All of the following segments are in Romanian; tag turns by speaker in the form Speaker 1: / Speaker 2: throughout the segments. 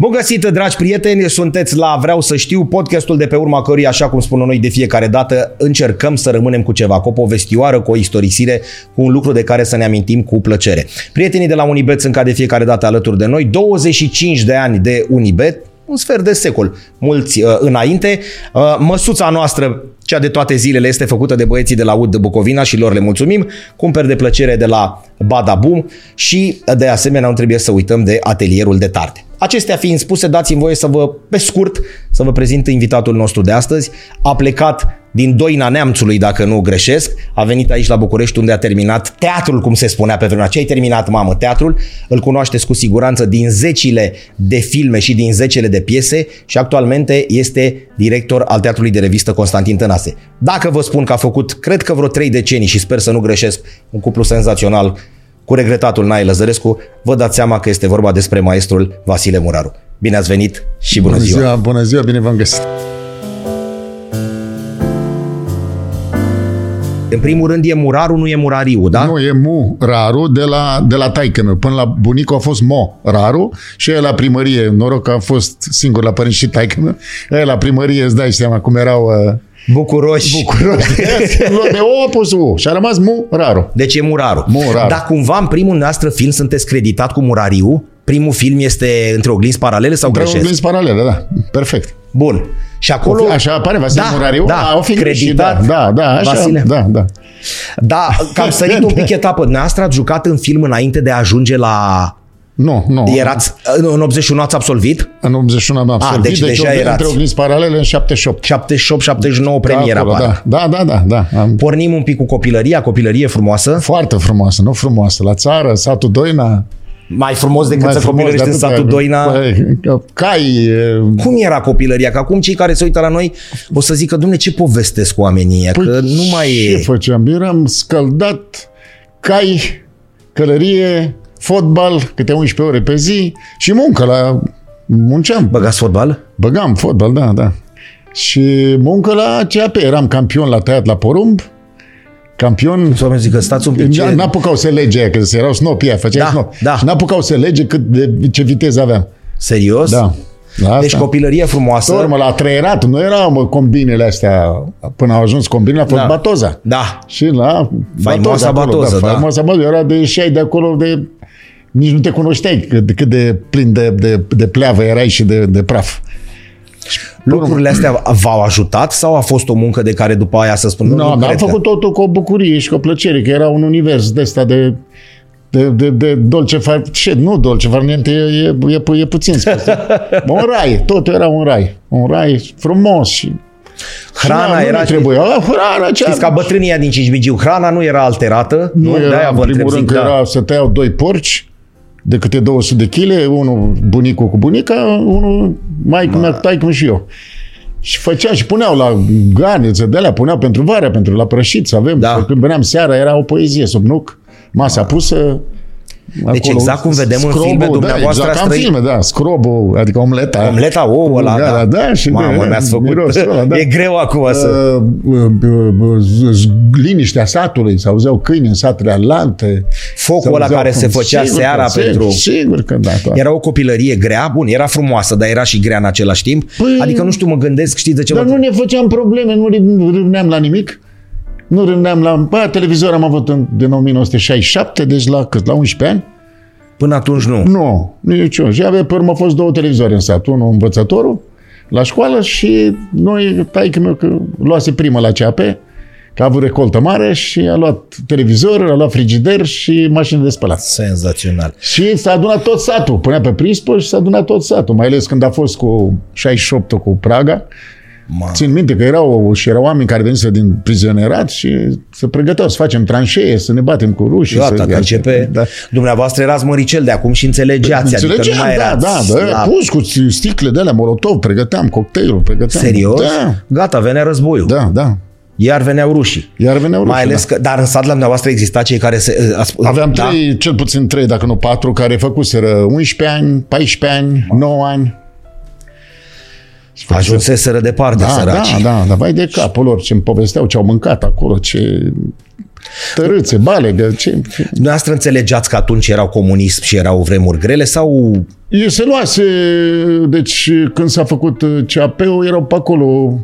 Speaker 1: Bun găsit, dragi prieteni, sunteți la Vreau să știu, podcastul de pe urma căruia, așa cum spunem noi de fiecare dată, încercăm să rămânem cu ceva, cu o povestioară, cu o istorisire, cu un lucru de care să ne amintim cu plăcere. Prietenii de la Unibet sunt ca de fiecare dată alături de noi, 25 de ani de Unibet, un sfert de secol, mulți uh, înainte. Uh, măsuța noastră, cea de toate zilele, este făcută de băieții de la UD Bucovina și lor le mulțumim. Cumperi de plăcere de la Badabum și, uh, de asemenea, nu trebuie să uităm de atelierul de tarte. Acestea fiind spuse, dați-mi voie să vă, pe scurt, să vă prezint invitatul nostru de astăzi. A plecat din Doina Neamțului, dacă nu greșesc. A venit aici la București unde a terminat teatrul, cum se spunea pe vremea aceea. Ai terminat, mamă, teatrul. Îl cunoașteți cu siguranță din zecile de filme și din zecile de piese și actualmente este director al Teatrului de Revistă Constantin Tănase. Dacă vă spun că a făcut, cred că vreo trei decenii și sper să nu greșesc, un cuplu senzațional cu regretatul Nae Lăzărescu, vă dați seama că este vorba despre maestrul Vasile Muraru. Bine ați venit și bună,
Speaker 2: Bună
Speaker 1: ziua!
Speaker 2: ziua, bună ziua, bine v-am găsit.
Speaker 1: În primul rând e Muraru, nu e Murariu, da?
Speaker 2: Da? Nu, e Mu Raru de la, de la taică meu. Până la bunicul a fost Mo Raru și el la primărie. Noroc că am fost singur la părinți și taică meu. El la primărie, îți dai seama cum erau uh,
Speaker 1: Bucuroși.
Speaker 2: bucuroși. În loc de O a pus U și a rămas Mu Raru.
Speaker 1: Deci e Muraru.
Speaker 2: Muraru.
Speaker 1: Dar cumva în primul noastră film sunteți creditat cu Murariu? Primul film este între oglinzi paralele sau
Speaker 2: Trebuie
Speaker 1: greșesc?
Speaker 2: glins paralele, da. Perfect.
Speaker 1: Bun. Și
Speaker 2: O
Speaker 1: acolo,
Speaker 2: fi- Așa apare Vasile
Speaker 1: Da,
Speaker 2: Murariu?
Speaker 1: da,
Speaker 2: A, o fi greșit, da,
Speaker 1: creditat.
Speaker 2: da, da, așa,
Speaker 1: Vasile.
Speaker 2: da, da.
Speaker 1: da, că am sărit un pic etapă. Noastră ați jucat în film înainte de a ajunge la...
Speaker 2: Nu, nu.
Speaker 1: Erați, în 81 ați absolvit?
Speaker 2: În 81 am absolvit,
Speaker 1: deci deja
Speaker 2: între
Speaker 1: erați.
Speaker 2: oglinzi paralele în 78.
Speaker 1: 78-79 premiera.
Speaker 2: Acolo,
Speaker 1: pare.
Speaker 2: da, da, da, da, da. Am,
Speaker 1: Pornim un pic cu copilăria, copilărie frumoasă.
Speaker 2: Foarte frumoasă, nu frumoasă. La țară, satul Doina.
Speaker 1: Mai frumos decât să
Speaker 2: frumos
Speaker 1: copilărești în
Speaker 2: de atât.
Speaker 1: satul Doina.
Speaker 2: Păi, Cai, e,
Speaker 1: Cum era copilăria? Că acum cei care se uită la noi o să zică, domne, ce povestesc oamenii ăia? Păi, Că nu mai
Speaker 2: Păi ce
Speaker 1: e...
Speaker 2: făceam? Eram scăldat, cai, călărie, fotbal, câte 11 ore pe zi și muncă la... Munceam,
Speaker 1: Băgați fotbal?
Speaker 2: băgam fotbal, da, da. Și muncă la CAP, eram campion la tăiat la porumb, campion
Speaker 1: Și oamenii zic că stați un pic
Speaker 2: Ce...
Speaker 1: ce...
Speaker 2: N-apucau să lege aia, că se erau snopi aia, făceai
Speaker 1: Da,
Speaker 2: snop.
Speaker 1: da.
Speaker 2: Și n-apucau să lege cât de, ce viteză aveam.
Speaker 1: Serios?
Speaker 2: Da. La
Speaker 1: Deci
Speaker 2: asta.
Speaker 1: copilărie
Speaker 2: Pe
Speaker 1: frumoasă.
Speaker 2: urmă, la treierat, nu erau mă, combinele astea, până au ajuns combinele, a fost
Speaker 1: Da.
Speaker 2: da. batoza.
Speaker 1: Da.
Speaker 2: Și la
Speaker 1: Faimoasa
Speaker 2: acolo,
Speaker 1: batoză, da.
Speaker 2: Faimoasa batoza, era de ieșeai de acolo de... Nici nu te cunoșteai cât, cât de plin de, de, de pleavă erai și de, de praf.
Speaker 1: Lucrurile astea v-au ajutat sau a fost o muncă de care după aia să spun?
Speaker 2: Nu, no, dar am
Speaker 1: cred că-
Speaker 2: făcut totul cu o bucurie și cu o plăcere, că era un univers de ăsta de de, de, de dolce far... Ce? Nu dolce farniente, e, e, e, pu- e puțin spus. un rai, totul era un rai. Un rai frumos și...
Speaker 1: Hrana
Speaker 2: și na, Da, nu
Speaker 1: era-
Speaker 2: Ne trebuia. A, hrana, ce
Speaker 1: Știți, ca bătrânia din Cismigiu, hrana nu era alterată.
Speaker 2: Nu, nu
Speaker 1: De-aia
Speaker 2: era, în
Speaker 1: vă
Speaker 2: primul
Speaker 1: întreb,
Speaker 2: rând
Speaker 1: zic,
Speaker 2: că
Speaker 1: da.
Speaker 2: era să tăiau doi porci de câte 200 de chile, unul bunicul cu bunica, unul mai
Speaker 1: Da.
Speaker 2: mea, taică și eu. Și făcea și puneau la garniță de alea, puneau pentru vară, pentru la prășit, să avem. Păi
Speaker 1: Da. Ah.
Speaker 2: Când veneam seara, era o poezie sub nuc, masa pusă,
Speaker 1: Deci exact cum vedem în filme, dumneavoastră
Speaker 2: da, exact
Speaker 1: ați
Speaker 2: ca în
Speaker 1: trăit-
Speaker 2: filme, da, scrobul, adică omleta.
Speaker 1: Omleta, ouă ăla,
Speaker 2: Gara,
Speaker 1: da.
Speaker 2: da. și
Speaker 1: Mamă,
Speaker 2: de,
Speaker 1: mi-ați făcut.
Speaker 2: mirosul ăla, da.
Speaker 1: E greu acum să...
Speaker 2: Uh, uh, uh, z- z- liniștea satului, se auzeau câini în satele alante.
Speaker 1: Focul
Speaker 2: Se
Speaker 1: ăla
Speaker 2: auzeau
Speaker 1: care
Speaker 2: cum-
Speaker 1: se făcea
Speaker 2: sigur
Speaker 1: seara
Speaker 2: că, sigur,
Speaker 1: pentru-
Speaker 2: Sigur că da. da.
Speaker 1: Era o copilărie grea, bun, era frumoasă, dar era și grea în același timp.
Speaker 2: Păi-
Speaker 1: Adică, nu știu, mă gândesc, știți de ce
Speaker 2: Dar
Speaker 1: vă...
Speaker 2: nu ne făceam probleme, nu râ- nu râvneam la nimic. Nu râvneam la... Bă, televizor am avut în, din 1967, deci la cât? La 11 ani?
Speaker 1: Până atunci nu.
Speaker 2: Nu, niciun. Și avea, pe urmă, au fost două televizoare în sat. Unul învățătorul, la școală și noi, taică meu, că luase primă la CAP, că a avut recoltă mare și a luat televizor, a luat frigider și mașină de spălat.
Speaker 1: Senzațional.
Speaker 2: Și s-a adunat tot satul. Punea pe prispă și s-a adunat tot satul. Mai ales când a fost cu 68 cu Praga.
Speaker 1: Mamă.
Speaker 2: Țin minte că erau, și erau oameni care veniseră din prizonierat și se pregăteau să facem tranșee, să ne batem cu rușii.
Speaker 1: Gata,
Speaker 2: să...
Speaker 1: TCP.
Speaker 2: Da.
Speaker 1: Dumneavoastră erați măricel de acum și înțelegeați. adică nu mai
Speaker 2: da,
Speaker 1: erați
Speaker 2: da, da,
Speaker 1: la-
Speaker 2: pus cu sticle de alea molotov, pregăteam cocktailul, pregăteam.
Speaker 1: Serios?
Speaker 2: Da,
Speaker 1: Gata, venea războiul.
Speaker 2: da, da.
Speaker 1: Iar veneau rușii.
Speaker 2: Iar veneau
Speaker 1: Mai
Speaker 2: rușii,
Speaker 1: ales că, dar în sat la dumneavoastră exista cei care se... ă, A,
Speaker 2: da. Aveam trei, cel puțin trei, dacă nu patru, care făcuseră 11 ani, 14 ani, 9 ani.
Speaker 1: Da, ajunseseră departe,
Speaker 2: Da, da,
Speaker 1: săracii.
Speaker 2: da, da, vai de capul lor ce îmi povesteau, ce au mâncat acolo, ce... Tărâțe, bale, de ce?
Speaker 1: Dumneavoastră înțelegeați că atunci erau comunism și erau vremuri grele sau
Speaker 2: E, se luase, deci când s-a făcut uh, CAP-ul, erau pe acolo,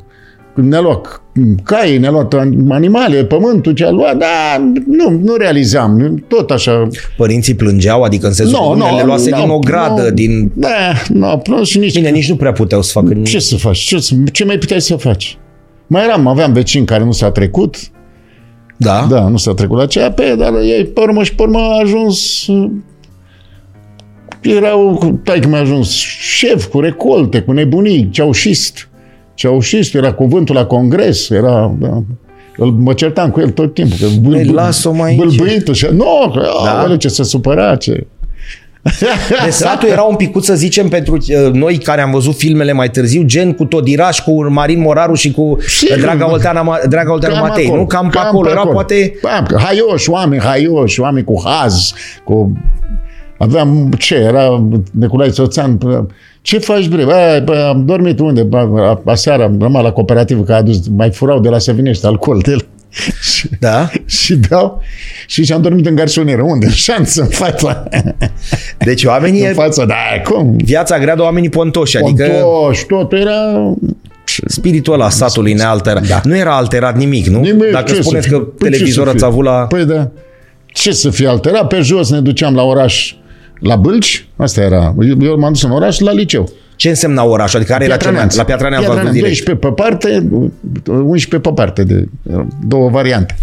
Speaker 2: când ne-a luat cai, ne-a luat an- animale, pământul ce a luat, dar nu, nu realizam, tot așa.
Speaker 1: părinții plângeau, adică în sensul
Speaker 2: Nu,
Speaker 1: no, că
Speaker 2: nu,
Speaker 1: no, le luase
Speaker 2: nu,
Speaker 1: din o gradă,
Speaker 2: nu.
Speaker 1: din...
Speaker 2: Da, nu a plâns și nici...
Speaker 1: Bine, nici nu prea puteau să facă...
Speaker 2: Ce să faci? Ce, să- ce mai puteai să faci? Mai eram, aveam vecini care nu s-a trecut,
Speaker 1: Da?
Speaker 2: da, nu s-a trecut la CAP, dar ei, pe urmă și pe urmă, a ajuns... uh, Erau, tai că mi-a ajuns șef cu recolte, cu nebunii, ceaușist. Ceaușist era cuvântul la congres, era... Da, îl, mă certam cu el tot timpul. Că bâl,
Speaker 1: Ei, lasă-o Păi mai aici.
Speaker 2: Bâlbâitul și... Nu, că,
Speaker 1: Da.
Speaker 2: da. ce se supăra, ce...
Speaker 1: Deci satul era un picut, să zicem, pentru uh, noi care am văzut filmele mai târziu, gen cu Todiraș, cu Marin Moraru și cu
Speaker 2: Și-
Speaker 1: uh, Draga Olteana, Ma- Draga Olteanu Matei, nu? Cam, pe acolo. Era poate...
Speaker 2: Da, că haioși, oameni haioși, oameni cu haz, cu... Aveam, ce, era Nicolae Soțan, pă, ce faci bre? Bă, bă, am dormit unde? Bă, a- aseară am rămas la cooperativă, că a adus, mai furau de la Săvinești alcool de la, și,
Speaker 1: Da?
Speaker 2: și beau și și-am dormit în garsonieră. Unde? În șanță, în fața.
Speaker 1: Deci oamenii...
Speaker 2: în fața, da, cum?
Speaker 1: Viața grea de oamenii pontoși, adică
Speaker 2: Pontoși, tot era...
Speaker 1: spiritul ăla satului nealterat. Da. Nu era alterat nimic, nu?
Speaker 2: Nimic,
Speaker 1: Dacă
Speaker 2: ce să
Speaker 1: spuneți
Speaker 2: fie?
Speaker 1: că
Speaker 2: Păi ce să
Speaker 1: televizorul
Speaker 2: fie?
Speaker 1: ți-a avut la...
Speaker 2: Păi da. Ce să fie alterat? Pe jos ne duceam la oraș, la Bâlci, asta era. Eu, eu m-am dus în oraș, la liceu.
Speaker 1: Ce însemna orașul? Adică care era cel mai...
Speaker 2: Neamț.
Speaker 1: La Piatra Neamț v-ați dus
Speaker 2: Neamț,
Speaker 1: direct.
Speaker 2: 12 pe parte, 11 pe parte, de două variante.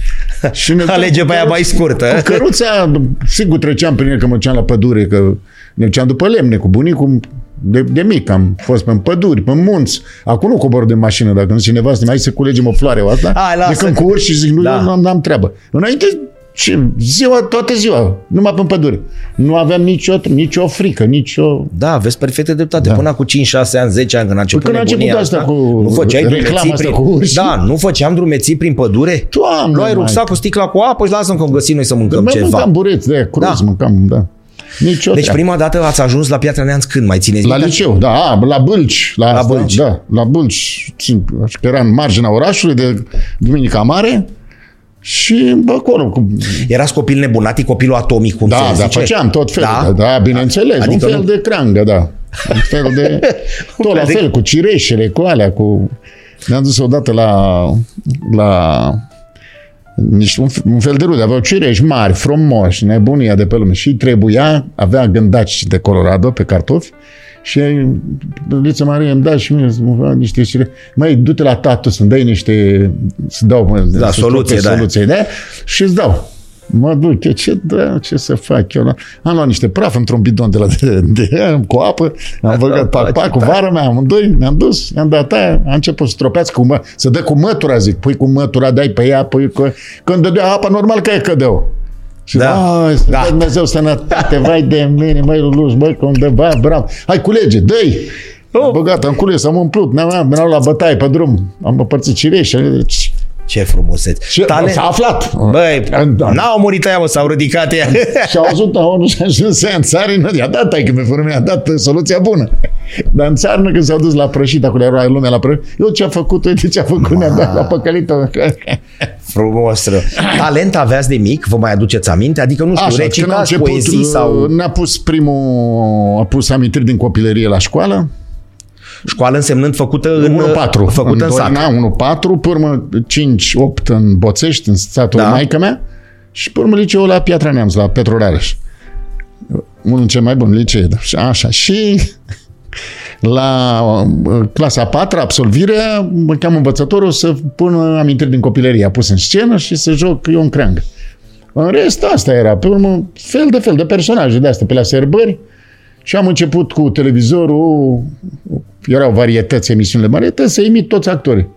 Speaker 2: Și ne
Speaker 1: Alege pe aia mai scurtă.
Speaker 2: Cu căruța, sigur treceam prin el că mă duceam la pădure, că ne duceam după lemne cu bunicul, de, de mic am fost pe păduri, pe munți. Acum nu cobor de mașină, dacă nu cineva să mai să culegem o floare o asta.
Speaker 1: Hai, lasă
Speaker 2: de când
Speaker 1: că-
Speaker 2: cu urși și zic, nu,
Speaker 1: Da.
Speaker 2: da. eu nu am, n-am treabă. Înainte, ce, ziua, toată ziua, numai pe pădure. Nu aveam nicio, nicio frică, nicio...
Speaker 1: Da, vezi perfectă dreptate. Da. Până cu 5-6 ani, 10 ani, când a început
Speaker 2: Păi când a început
Speaker 1: nebunia
Speaker 2: asta cu
Speaker 1: nu făceai
Speaker 2: reclama
Speaker 1: drumeții
Speaker 2: asta
Speaker 1: prin...
Speaker 2: cu urși.
Speaker 1: Da, nu făceam drumeții prin pădure?
Speaker 2: Doamne,
Speaker 1: Luai
Speaker 2: maică.
Speaker 1: rucsacul, sticla cu apă și lasă-mi că găsim noi să mâncăm
Speaker 2: Mai
Speaker 1: ceva.
Speaker 2: mâncam bureți de aia, cruz,
Speaker 1: Da.
Speaker 2: da. mâncam, da. Nici o
Speaker 1: Deci
Speaker 2: treabă.
Speaker 1: prima dată ați ajuns la Piatra Neamț când? Mai țineți
Speaker 2: La
Speaker 1: minte?
Speaker 2: liceu, da, a, la Bâlci. La, la
Speaker 1: Bâlci.
Speaker 2: Da, la Bâlci. Țin, așa că era în marginea orașului de Duminica Mare și bă, acolo. Cu,
Speaker 1: Erați copil nebunatic, copilul atomic, cum
Speaker 2: da,
Speaker 1: se
Speaker 2: da,
Speaker 1: zice?
Speaker 2: făceam tot felul.
Speaker 1: Da?
Speaker 2: Da, da bineînțeles.
Speaker 1: Adică
Speaker 2: Adică un fel
Speaker 1: nu-
Speaker 2: de crangă, da. Un fel de... tot la
Speaker 1: de-
Speaker 2: fel, cu cireșele, cu alea, cu... Ne-am dus odată la... la nici un, un fel de rude, aveau cireși mari, frumoși, nebunia de pe lume și trebuia, avea gândaci de Colorado pe cartofi și Lița Marie îmi da și mie să mă fac niște cireși. Mai du-te la tatu să-mi dai niște, să dau mă, să
Speaker 1: soluție,
Speaker 2: trope
Speaker 1: da.
Speaker 2: soluție da? și îți dau. Mă duc, eu ce, da, ce să fac eu? Am luat niște praf într-un bidon de la de, de, cu apă, am băgat pac, pac, cu vară mea, amândoi, ne-am dus, ne-am dat aia, a început să tropească cu mă, să dă cu mătura, zic, pui cu mătura, dai pe ea, pui cu... Când dădea apa, normal că e cădeau. Și
Speaker 1: Da.
Speaker 2: da. Ai,
Speaker 1: Da.
Speaker 2: da. Dumnezeu sănătate, vai de mine, măi, Luluș, măi, cum de vai, bravo. Hai, culege, dă-i! Am băgat, am cules, am umplut, ne-am am venit la bătaie pe drum, am împărțit cireșe. Și,
Speaker 1: Ce frumuseți.
Speaker 2: și s-a aflat.
Speaker 1: Băi,
Speaker 2: Da.
Speaker 1: n-au murit aia, mă, s-au ridicat ea.
Speaker 2: Și au auzit la ONU și a ajuns în țară, nu i-a dat, ai că mi-a fără, mi-a dat uh, soluția bună. Dar în țară, când s-au dus la prășit, acolo era lumea la prășit, eu ce-a făcut, uite ce-a făcut, ne-a dat la păcălită.
Speaker 1: Frumos. rău. Talent aveați de mic, vă mai aduceți aminte? Adică, nu știu, recitați poezii sau...
Speaker 2: uh, ne-a pus primul, a pus amintiri din copilărie la școală,
Speaker 1: Școală însemnând făcută în...
Speaker 2: 1-4.
Speaker 1: Făcută în, sat.
Speaker 2: Doina, 1-4, pe urmă 5-8 în Boțești, în satul
Speaker 1: Da.
Speaker 2: da. maică mea, și pe urmă liceul la Piatra Neamț, la Petru Rareș. Unul cel mai bun licee, da. Și așa. Și la uh, clasa a patra, absolvirea, mă cheamă învățătorul să pună amintiri din copilărie. A pus în scenă și să joc eu în creangă. În rest, asta era. Pe urmă, fel de fel de personaje de astea, pe la serbări. Și am început cu televizorul, erau varietăți, emisiunile varietăți, să imit toți actorii.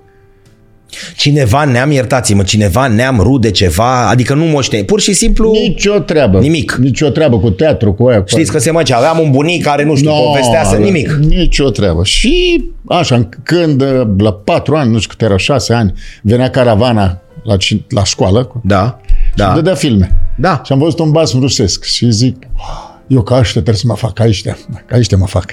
Speaker 1: Cineva neam, iertați-mă, cineva neam rude ceva, adică nu moște. Pur și simplu...
Speaker 2: Nici o treabă.
Speaker 1: Nimic.
Speaker 2: Nici o treabă cu teatru, cu aia. Cu
Speaker 1: Știți că se măcea, aveam un bunic care, nu știu, no, povestea
Speaker 2: da.
Speaker 1: să nimic.
Speaker 2: Nici o treabă. Și așa, când la patru ani, nu știu cât era, șase ani, venea caravana la, cin- la școală cu-
Speaker 1: Da,
Speaker 2: și
Speaker 1: da,
Speaker 2: dădea filme.
Speaker 1: da.
Speaker 2: Și am văzut un bas rusesc și zic, eu ca ăștia trebuie să mă fac, ca ăștia, ca ăștia mă fac.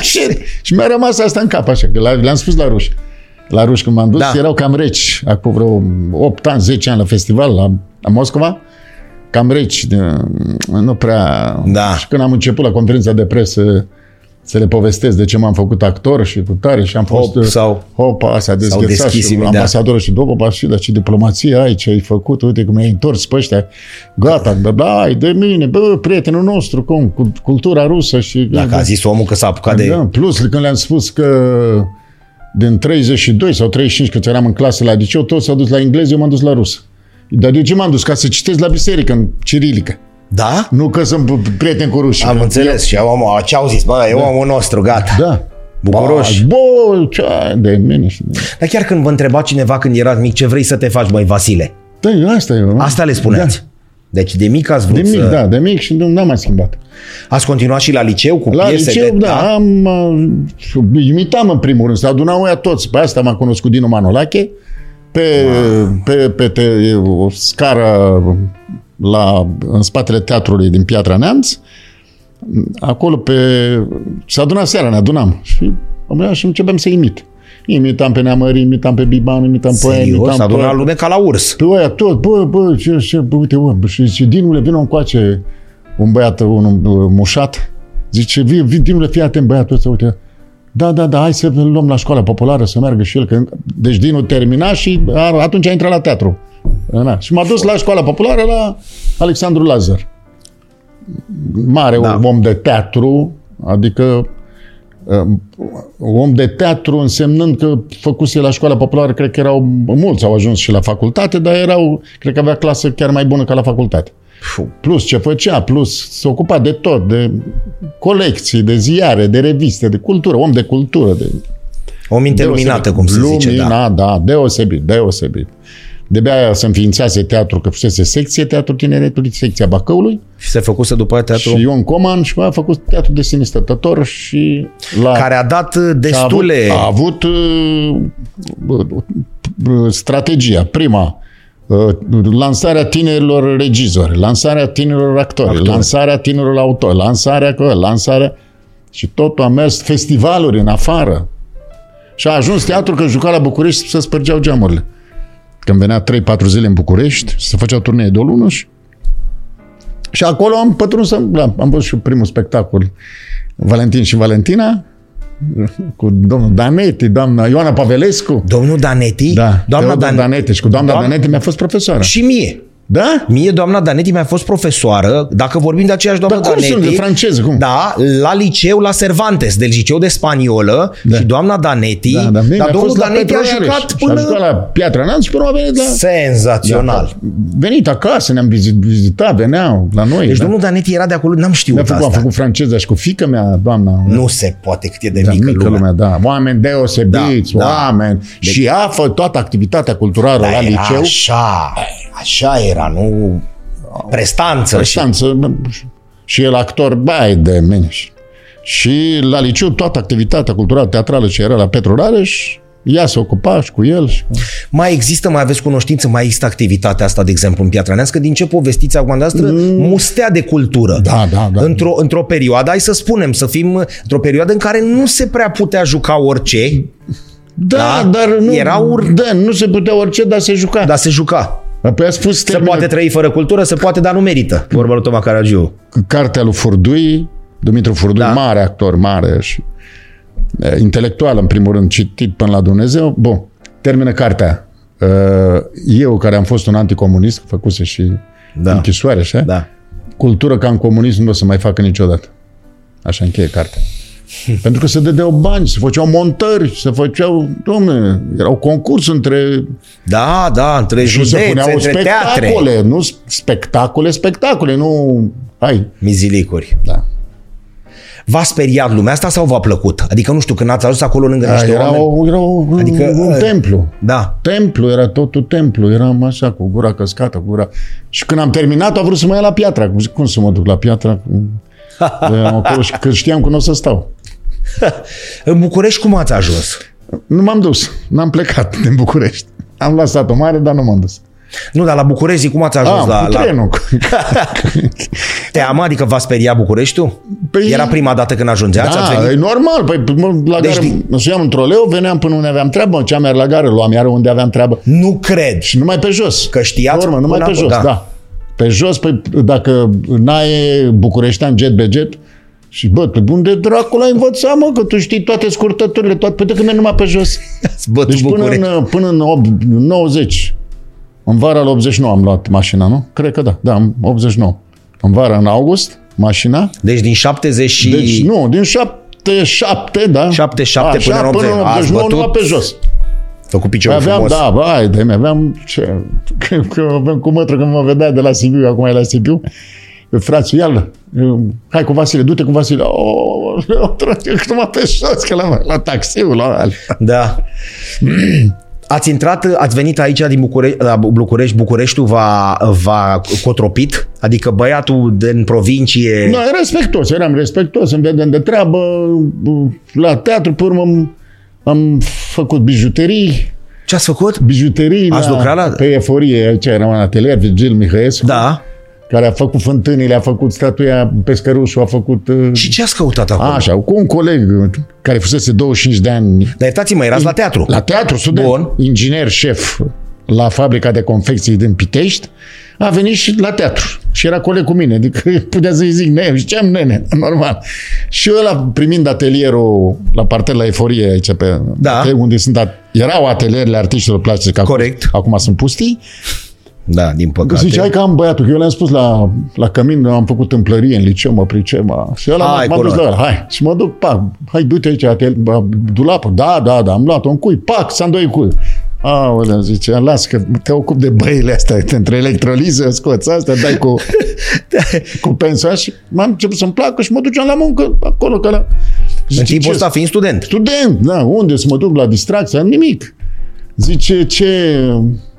Speaker 2: și, și mi-a rămas asta în cap așa, că la- le-am spus la ruși. la ruși când m-am dus,
Speaker 1: Da.
Speaker 2: da. erau cam reci, acum vreo 8 ani, 10 ani la festival la, la Moscova, cam reci, de, nu prea...
Speaker 1: Da.
Speaker 2: Și când am început la conferința de presă să le povestesc de ce m-am făcut actor și cu tare și am fost...
Speaker 1: Hop, sau-
Speaker 2: Hop, s-a dezghețat
Speaker 1: deschis
Speaker 2: și
Speaker 1: imediat.
Speaker 2: ambasadorul și domnul Bașii, dar ce diplomație ai, ce ai făcut, uite cum ai întors pe ăștia. Gata, bă, da, ai de mine, bă, prietenul nostru, cum, cu cultura rusă și...
Speaker 1: Dacă a zis omul că s-a apucat de...
Speaker 2: Da, în plus, când le-am spus că din 32 sau 35, când eram în clasă la liceu, toți s-au dus la engleză, eu m-am dus la rusă. Dar de ce m-am dus? Ca să citesc la biserică, în cirilică.
Speaker 1: Da?
Speaker 2: Nu că sunt p- prieten cu rușii.
Speaker 1: Am înțeles și omul, ce au zis? Bă, e omul nostru, gata.
Speaker 2: Da.
Speaker 1: Bucuroși.
Speaker 2: Ba, Bă, ce de mine și de...
Speaker 1: Dar chiar când vă întreba cineva când erați mic, ce vrei să te faci, băi, Vasile?
Speaker 2: Da, asta e. mă.
Speaker 1: Asta le spuneați. Deci de mic ați
Speaker 2: Da. De
Speaker 1: vrut
Speaker 2: mic,
Speaker 1: să...
Speaker 2: da, de mic și nu n-am mai schimbat.
Speaker 1: Ați continuat și la liceu cu
Speaker 2: La
Speaker 1: piese
Speaker 2: liceu,
Speaker 1: de...
Speaker 2: da, am, uh, imitam în primul rând, se adunau ăia toți. Pe asta m-a cunoscut Dinu Manolache, pe, pe, pe te, o scară la, în spatele teatrului din Piatra Neamț. Acolo pe... Se aduna seara, ne adunam. Și, am- și începem să imit. Imitam pe Neamări, imitam pe Biban, imitam pe aia,
Speaker 1: Serios,
Speaker 2: imitam
Speaker 1: s-a
Speaker 2: pe
Speaker 1: adunat lume ca la urs.
Speaker 2: pe ăia tot, bă, bă, ce, ce, bă, uite, bă, și zice, Dinule, vină încoace un băiat, un, un mușat, zice, vii, vii, Dinule, fii atent, băiatul ăsta, uite, da, da, da, hai să îl luăm la școala populară să meargă și el. Că... Deci Dinu termina și a, atunci a intrat la teatru. Na. Și m-a dus la școala populară la Alexandru Lazar. Mare
Speaker 1: Da.
Speaker 2: om de teatru, adică um, om de teatru însemnând că făcuse la școala populară, cred că erau mulți, au ajuns și la facultate, dar erau, cred că avea clasă chiar mai bună ca la facultate.
Speaker 1: Fiu.
Speaker 2: Plus ce făcea, plus se ocupa de tot, de colecții, de ziare, de reviste, de cultură, om de cultură. De,
Speaker 1: O minte luminată, cum se
Speaker 2: Lumina,
Speaker 1: zice, da.
Speaker 2: da. da, deosebit, deosebit. De bea se înființase teatru, că fusese secție teatru tineretului, secția Bacăului
Speaker 1: Și se făcuse după aia teatru
Speaker 2: și Ion Coman și a făcut teatru de sine stătător și la
Speaker 1: care a dat uh, destule...
Speaker 2: a avut, a avut uh, uh, strategia, prima, uh, lansarea tinerilor regizori, lansarea tinerilor actori,
Speaker 1: Actori.
Speaker 2: actori. lansarea tinerilor autori, lansarea cu lansarea... Și totul a mers festivaluri în afară. Și a ajuns teatru că juca la București să spărgeau geamurile. Când venea 3-4 zile în București, se făcea turnee de o lună și și acolo am pătruns, să- da, am văzut și primul spectacol Valentin și Valentina cu domnul Daneti, doamna Ioana Pavelescu.
Speaker 1: Domnul Daneti?
Speaker 2: Da.
Speaker 1: Doamna
Speaker 2: Teodor
Speaker 1: Dan...
Speaker 2: Daneti și cu doamna
Speaker 1: Doam-
Speaker 2: Doam... Daneti mi-a fost profesoară.
Speaker 1: Și mie.
Speaker 2: Da?
Speaker 1: Mie, doamna Daneti mi-a fost profesoară, dacă vorbim de aceeași doamnă
Speaker 2: Dar cum
Speaker 1: Daneti.
Speaker 2: sunt de franceză? Cum?
Speaker 1: Da, la liceu, la Cervantes, de liceu de spaniolă da. și doamna Daneti.
Speaker 2: da, da mie
Speaker 1: dar
Speaker 2: mi-a
Speaker 1: domnul
Speaker 2: fost la
Speaker 1: Daneti a
Speaker 2: Petro Iareș.
Speaker 1: jucat
Speaker 2: Și
Speaker 1: până...
Speaker 2: A jucat la Da. Piatra Neamț și până a venit la...
Speaker 1: Senzațional.
Speaker 2: A venit acasă, ne-am vizit, vizitat, veneau la noi.
Speaker 1: Deci
Speaker 2: da.
Speaker 1: domnul Daneti era de acolo, n-am știut
Speaker 2: Mi-a făcut,
Speaker 1: asta.
Speaker 2: am făcut franceza și cu fica mea, doamna.
Speaker 1: Nu se poate cât e de
Speaker 2: Da,
Speaker 1: mică,
Speaker 2: mică
Speaker 1: lumea.
Speaker 2: lumea, da. Oameni deosebiți,
Speaker 1: Da,
Speaker 2: da,
Speaker 1: da.
Speaker 2: oameni. Deci... Și ea fă toată activitatea culturală
Speaker 1: Dar
Speaker 2: la
Speaker 1: era
Speaker 2: liceu.
Speaker 1: așa, așa era, nu... Prestanță. și-
Speaker 2: Prestanță, și el actor, bai de mine. Și- Și la liceu toată activitatea culturală, teatrală ce era la Petru Rareș, ea se ocupa și cu el. Și...
Speaker 1: Mai există, mai aveți cunoștință, mai există activitatea asta, de exemplu, în Piatra Neamț, că din ce povestiți acum noastră, mustea de cultură.
Speaker 2: Mm. Da, da, da.
Speaker 1: Într-o, într-o perioadă, hai să spunem, să fim într-o perioadă în care nu se prea putea juca orice,
Speaker 2: Da,
Speaker 1: Da,
Speaker 2: dar nu,
Speaker 1: era ur-
Speaker 2: da, nu se putea orice, dar se juca.
Speaker 1: dar se juca.
Speaker 2: Da. Păi a spus
Speaker 1: Se
Speaker 2: termenul-
Speaker 1: poate trăi fără cultură, se poate, dar nu merită. Vorba lui Toma Caragiu.
Speaker 2: cartea lui Furdui, Dumitru Furdui,
Speaker 1: Da.
Speaker 2: da. mare actor, mare și e, intelectual, în primul rând, citit până la Dumnezeu. Bun, termină cartea. E, Eu, care am fost un anticomunist, că făcuse și
Speaker 1: Da.
Speaker 2: da. închisoare, așa, da.
Speaker 1: Da.
Speaker 2: cultură ca în comunism nu o să mai facă niciodată. Așa încheie cartea. Pentru că se dădeau bani, se făceau montări, se făceau, domne, erau concurs între
Speaker 1: Da, da, între
Speaker 2: și se
Speaker 1: județe,
Speaker 2: puneau
Speaker 1: între teatre.
Speaker 2: spectacole, nu spectacole, spectacole, nu, hai,
Speaker 1: Mizilicuri.
Speaker 2: da.
Speaker 1: V-a speriat lumea asta sau v-a plăcut? Adică, nu știu, când ați ajuns acolo lângă
Speaker 2: Da,
Speaker 1: niște
Speaker 2: era,
Speaker 1: oameni...
Speaker 2: o, era o,
Speaker 1: Adică,
Speaker 2: adică, un
Speaker 1: uh,
Speaker 2: templu.
Speaker 1: Da.
Speaker 2: Templu, era totul templu. Eram așa, cu gura căscată, cu gura... Și când am terminat, a vrut să mă ia la piatra. Cum, zic, cum să mă duc la piatra? Cum- Eram acolo și că știam că nu o să stau.
Speaker 1: În București cum ați ajuns?
Speaker 2: Nu m-am dus. N-am plecat din București. Am lăsat-o mare, dar nu m-am dus.
Speaker 1: Nu, dar la București, cum ați ajuns
Speaker 2: Am,
Speaker 1: la,
Speaker 2: cu
Speaker 1: la...
Speaker 2: trenul.
Speaker 1: Teama? Adică v-a speriat Bucureștiul?
Speaker 2: Păi-
Speaker 1: Era prima dată când ajungeați? ați
Speaker 2: Da,
Speaker 1: venit?
Speaker 2: e normal. Păi, mă, la
Speaker 1: Deci
Speaker 2: deci, gară,
Speaker 1: din-
Speaker 2: mă suiam în troleu, veneam până unde aveam treabă, ce merg la gară, luam iară unde aveam treabă.
Speaker 1: Nu cred.
Speaker 2: Și numai pe jos.
Speaker 1: Că știați
Speaker 2: Urmă, numai
Speaker 1: până
Speaker 2: pe
Speaker 1: acolo,
Speaker 2: jos, da.
Speaker 1: da.
Speaker 2: da. Pe jos, pe, dacă n-ai bucureștean jet be jet, și bă, pe bun de dracul ai învățat, mă, că tu știi toate scurtăturile, toate, pe de când merg numai pe jos.
Speaker 1: Ați bătut
Speaker 2: Deci până
Speaker 1: București.
Speaker 2: în, până în 8, 90, în vara la 89 am luat mașina, nu? Cred că da, da, în 89. În vara, în august, mașina.
Speaker 1: Deci din 70 și...
Speaker 2: Deci nu, din 77, da?
Speaker 1: 77
Speaker 2: Așa,
Speaker 1: până în 80. Ați
Speaker 2: 89,
Speaker 1: bătut
Speaker 2: numai pe jos.
Speaker 1: Făcut piciorul
Speaker 2: Aveam,
Speaker 1: frumos.
Speaker 2: da, vai, de aveam, ce, că, că aveam cu mătră când mă vedea de la Sibiu, acum e la Sibiu, frațul, ia hai cu Vasile, du-te cu Vasile, o, o trage numai pe jos, că la, la taxiul, la alea.
Speaker 1: Da. Ați intrat, ați venit aici din București, la București, Bucureștiul v-a, v-a cotropit? Adică băiatul din provincie...
Speaker 2: Noi respectos, eram respectos, îmi vedem de treabă, la teatru, pe urmă am, am făcut bijuterii,
Speaker 1: Ce ați făcut?
Speaker 2: bijuterii
Speaker 1: Ați lucrat la-
Speaker 2: pe eforie, ce eram în atelier, Virgil Mihăescu,
Speaker 1: Da.
Speaker 2: care a făcut fântânile, a făcut statuia Pescărușul, a făcut... uh,
Speaker 1: Și ce ați căutat acolo?
Speaker 2: A, Așa, cu un coleg care fusese 25 de ani
Speaker 1: Dar Da, iertați-mă, erați la teatru.
Speaker 2: la teatru, student,
Speaker 1: Bun.
Speaker 2: inginer șef la fabrica de confecții din Pitești, a venit și la teatru. Și era coleg cu mine, adică putea să-i zic nene, ziceam nene, normal. Și ăla primind atelierul la partea la Eforie, aici pe,
Speaker 1: Da.
Speaker 2: pe unde sunt, at- erau atelierele artiștilor plastici, acum,
Speaker 1: Corect.
Speaker 2: acum sunt pustii,
Speaker 1: Da, din păcate.
Speaker 2: Zice, hai că am băiatul, că eu le-am spus la, la cămin, am făcut în plărie, în liceu, mă pricep, mă. Și ăla
Speaker 1: Hai,
Speaker 2: m-a- m-a dus
Speaker 1: coloane.
Speaker 2: la ăla, hai. Și mă duc, pac, hai, du-te aici, te, dulapă, da, da, da, am luat-o în cui, pac, s-a îndoit cui. Aolea, zice, las că te ocup de băile astea, te între electroliză, scoți astea, dai cu,
Speaker 1: Da.
Speaker 2: cu pensa și m-am început să-mi placă și mă duceam la muncă, acolo, că la... Zice,
Speaker 1: În timpul
Speaker 2: ce-
Speaker 1: ăsta fiind student.
Speaker 2: Student, da, unde să mă duc la distracție? Nimic. Zice, ce...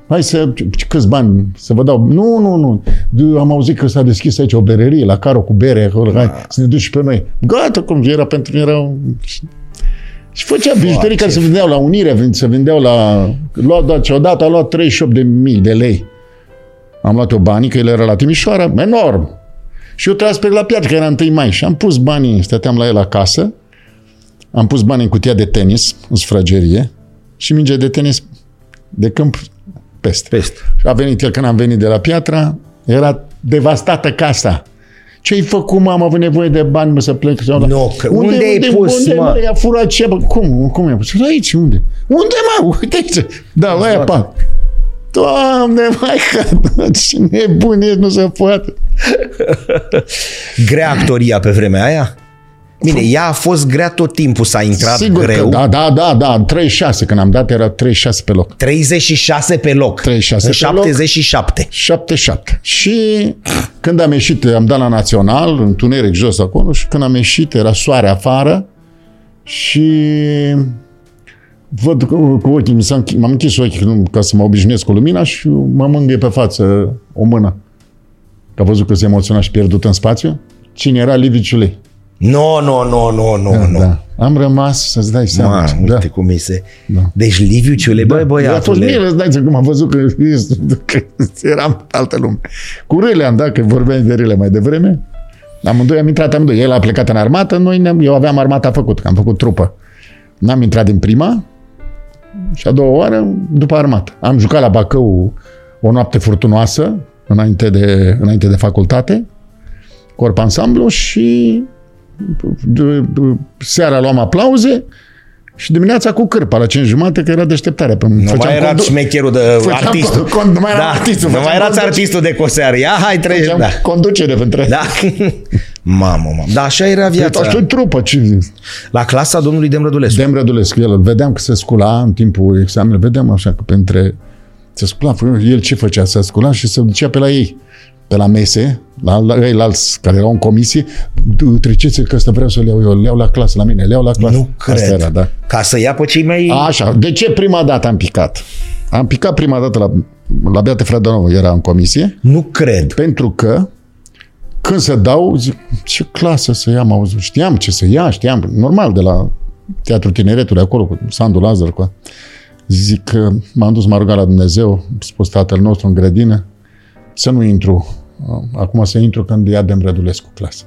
Speaker 2: Hai să... Câți bani să vă dau? Nu, nu, nu. D- Am auzit că s-a deschis aici o berărie la Caro cu bere. Acolo, hai să ne duci și pe noi. Gata, cum era pentru... Era... Și făcea bijuterii care se vindeau la Unire, vin- se vindeau la... Lua, da, și odată a luat 38.000 de lei. Am luat eu banii, că el era la Timișoara, enorm. Și eu trebuia să plec la piatră, că era 1 mai. Și am pus banii, stăteam la el acasă, am pus bani în cutia de tenis, în sufragerie, și minge de tenis de câmp peste.
Speaker 1: Pest.
Speaker 2: Și a venit el când am venit de la piatra, era devastată casa. Ce-ai făcut, mă? Am avut nevoie de bani, mă, să plec. Sau...
Speaker 1: Nu, că- unde ai pus,
Speaker 2: unde,
Speaker 1: mă?
Speaker 2: I-a furat ce? Bă, cum? Cum i-a pus? Aici, unde? Unde, mă? Uite aici. Da, aia, pa. Doamne, mai că ce nebun ești, nu se poate.
Speaker 1: Grea actoria pe vremea aia? Bine, ea a fost grea tot timpul, s-a intrat
Speaker 2: Sigur
Speaker 1: greu.
Speaker 2: că da, da, da, da, în 36, când am dat, era 36 pe loc.
Speaker 1: 36 pe loc.
Speaker 2: 36
Speaker 1: în
Speaker 2: pe loc.
Speaker 1: 77.
Speaker 2: 77. Și când am ieșit, am dat la Național, în tuneric jos acolo, și când am ieșit, era soare afară și văd cu, cu ochii, mi s-a închi- m-am închis ochii nu, ca să mă obișnuiesc cu lumina și mă mângâie pe față o mână. Că a văzut că se emoționa și pierdut în spațiu. Cine era Liviu Ciulei?
Speaker 1: Nu, nu, nu, nu, nu, nu.
Speaker 2: Da. Am rămas, să-ți dai seama.
Speaker 1: Ma,
Speaker 2: da.
Speaker 1: uite cum mi se... Deci Liviu Ciule, băi,
Speaker 2: a fost
Speaker 1: băiatule,
Speaker 2: milă, îți dai seama cum am văzut că, că eram altă lume. Cu râle am dat, că vorbeam de râle mai devreme. Amândoi am intrat amândoi. El a plecat în armată, noi ne-am, eu aveam armata făcut, că am făcut trupă. N-am intrat din prima și a doua oară după armată. Am jucat la Bacău o noapte furtunoasă, înainte de, înainte de facultate, corp ansamblu și de- de- seara luam aplauze și dimineața cu cârpa la 5 jumate, că era deșteptarea.
Speaker 1: nu mai era
Speaker 2: condu-
Speaker 1: șmecherul de
Speaker 2: făceam
Speaker 1: artistul.
Speaker 2: con- con- nu mai era
Speaker 1: da,
Speaker 2: artistul,
Speaker 1: nu
Speaker 2: făceam
Speaker 1: mai erați
Speaker 2: conduce-
Speaker 1: artistul de coseară. Ia, hai, treci.
Speaker 2: făceam
Speaker 1: Da.
Speaker 2: conducere pentru
Speaker 1: da. mamă, mamă. Da, așa era viața.
Speaker 2: Asta e trupă, ce
Speaker 1: La clasa domnului Demrădulescu.
Speaker 2: Dem Rădulescu, el îl vedeam că se scula în timpul examenului, vedeam așa că între se scula, fă- el ce făcea? Se scula și se ducea pe la ei, pe la mese, la, la ei la alți care erau în comisie, "Du, treceți că ăsta vreau să-l iau eu, îl iau la clasă, la mine, îl iau la clasă.
Speaker 1: Nu
Speaker 2: Asta
Speaker 1: cred.
Speaker 2: era, da.
Speaker 1: Ca să ia pe cei mai...
Speaker 2: Așa, de ce prima dată am picat? Am picat prima dată la, la Beate Fradanovu, era în comisie,
Speaker 1: Nu cred.
Speaker 2: pentru că când se dau, zic, ce clasă să ia, am auzit. Știam ce să ia, știam, normal, de la Teatrul Tineretului, acolo, cu Sandu Lazar, cu... Zic că m-am dus, m-a rugat la Dumnezeu, a spus tatăl nostru în grădină, să nu intru. Acum să intru când ia de Rădulescu clasă.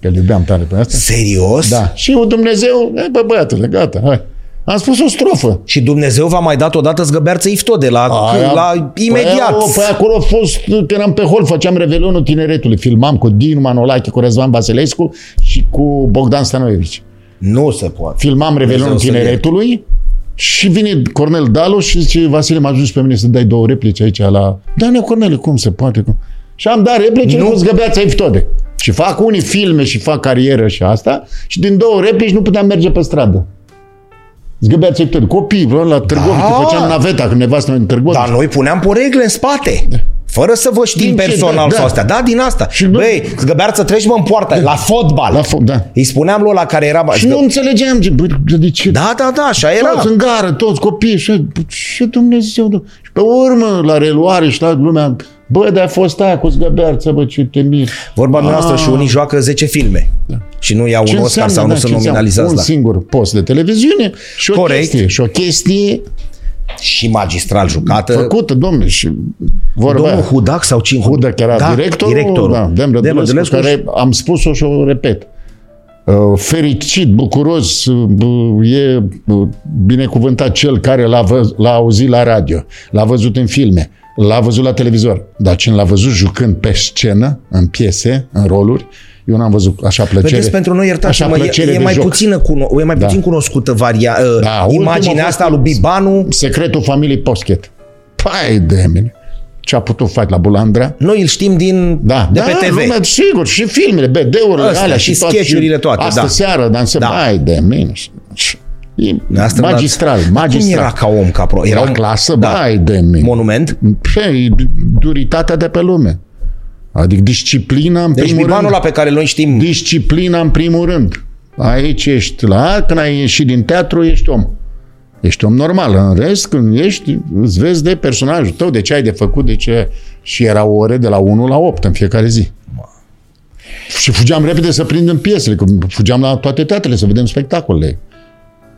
Speaker 2: Că îl iubeam tare pe asta.
Speaker 1: Serios?
Speaker 2: Da. Și eu, Dumnezeu, e, bă, băiatule, gata, hai. Am spus o strofă.
Speaker 1: Și Dumnezeu v-a mai dat odată zgăbearță iftode la,
Speaker 2: Aia-
Speaker 1: la imediat.
Speaker 2: Păi, păi acolo a fost, când eram pe hol, făceam Revelionul Tineretului, filmam cu Dinu Manolache, cu Răzvan Vasilescu și cu Bogdan Stanoievici.
Speaker 1: Nu se poate.
Speaker 2: Filmam Revelionul
Speaker 1: Dumnezeu să-l ierte.
Speaker 2: Tineretului și vine Cornel Dalu și zice, Vasile, m-a ajuns pe mine să dai două replici aici la... Da, ne, Cornel, cum se poate? Cum? Și am dat replici
Speaker 1: Nu.
Speaker 2: nu zgăbeața iftode. Și fac unii filme și fac carieră și asta și din două replici nu puteam merge pe stradă. Zgăbeața iftode. Copii, bă, la Târgoviște,
Speaker 1: Da.
Speaker 2: făceam naveta când nevastă mea în Târgoviște.
Speaker 1: Dar noi puneam poregle în spate. Fără să vă știm
Speaker 2: Din ce?
Speaker 1: personal
Speaker 2: Da,
Speaker 1: sau
Speaker 2: da.
Speaker 1: astea. Da, din asta.
Speaker 2: Și nu-
Speaker 1: Băi, zgăbearță, treci mă în poartă, la fotbal.
Speaker 2: La fo- da.
Speaker 1: Îi spuneam lui la care era...
Speaker 2: Și nu înțelegeam, ce, bă, de ce?
Speaker 1: Da, da, da, așa era.
Speaker 2: Toți în gară, toți copiii, și ce Dumnezeu, Dumnezeu. Și pe urmă, la reluare și la lumea, bă, dar a fost aia cu zgăbearță, bă, ce te mir.
Speaker 1: Vorba noastră și unii joacă 10 filme. Și nu iau
Speaker 2: Ah. Da. Ce
Speaker 1: un Oscar sau nu
Speaker 2: da,
Speaker 1: sunt
Speaker 2: ce înseamnă?
Speaker 1: nominalizați
Speaker 2: Un
Speaker 1: la...
Speaker 2: singur post de televiziune și o
Speaker 1: Corect.
Speaker 2: chestie. Și o chestie
Speaker 1: Și magistral jucată.
Speaker 2: făcută, domnule, și vorba
Speaker 1: Ă, Domnul
Speaker 2: aia.
Speaker 1: Hudac sau cine?
Speaker 2: Hudă, chiar era
Speaker 1: da,
Speaker 2: directorul,
Speaker 1: directorul.
Speaker 2: Da, Dem Rădulescu,
Speaker 1: Rădulescu
Speaker 2: care am spus-o și o repet. Uh, Fericit, bucuros, uh, b- e uh, binecuvântat cel care l-a, vă- l-a auzit la radio, l-a văzut în filme, l-a văzut la televizor. Dar cine l-a văzut jucând pe scenă, în piese, în roluri, eu n-am văzut așa plăcere.
Speaker 1: Vedeți, pentru noi,
Speaker 2: așa
Speaker 1: iertați-mă, e,
Speaker 2: plăcere
Speaker 1: e,
Speaker 2: de
Speaker 1: mai
Speaker 2: joc.
Speaker 1: puțină cuno- e mai puțin cunoscută varia,
Speaker 2: Da,
Speaker 1: uh,
Speaker 2: ultimul
Speaker 1: imaginea
Speaker 2: a fost-
Speaker 1: asta lui Bibanu.
Speaker 2: Secretul familiei Poschet. Pai de mine! Ce a putut face la Bulandra?
Speaker 1: Noi îl știm din,
Speaker 2: Da,
Speaker 1: de
Speaker 2: da,
Speaker 1: pe TV.
Speaker 2: Lumea, sigur, și filmele, BD-urile
Speaker 1: Astea,
Speaker 2: alea
Speaker 1: și
Speaker 2: și toate.
Speaker 1: sketch-urile toate,
Speaker 2: Asta
Speaker 1: da.
Speaker 2: seară, dar înseamnă,
Speaker 1: Da.
Speaker 2: da. ai de mine. și- și- E
Speaker 1: Asta, da.
Speaker 2: magistral,
Speaker 1: Cum
Speaker 2: magistral.
Speaker 1: era ca om, ca pro? Era
Speaker 2: Era
Speaker 1: un
Speaker 2: clasă,
Speaker 1: da.
Speaker 2: da. bai de mine.
Speaker 1: monument.
Speaker 2: Păi, duritatea de pe lume. Adică disciplina, în
Speaker 1: Deci
Speaker 2: primul
Speaker 1: Bibanul
Speaker 2: rând.
Speaker 1: ăla pe care noi știm,
Speaker 2: Disciplina, în primul rând. Aici ești la... Când ai ieșit din teatru, ești om. Ești om normal. În rest, când ești, îți vezi de personajul tău, de ce ai de făcut, de ce... Și erau ore de la 1 la 8 în fiecare zi. Și fugeam repede să prindem piesele, că fugeam la toate teatrele să vedem spectacolele.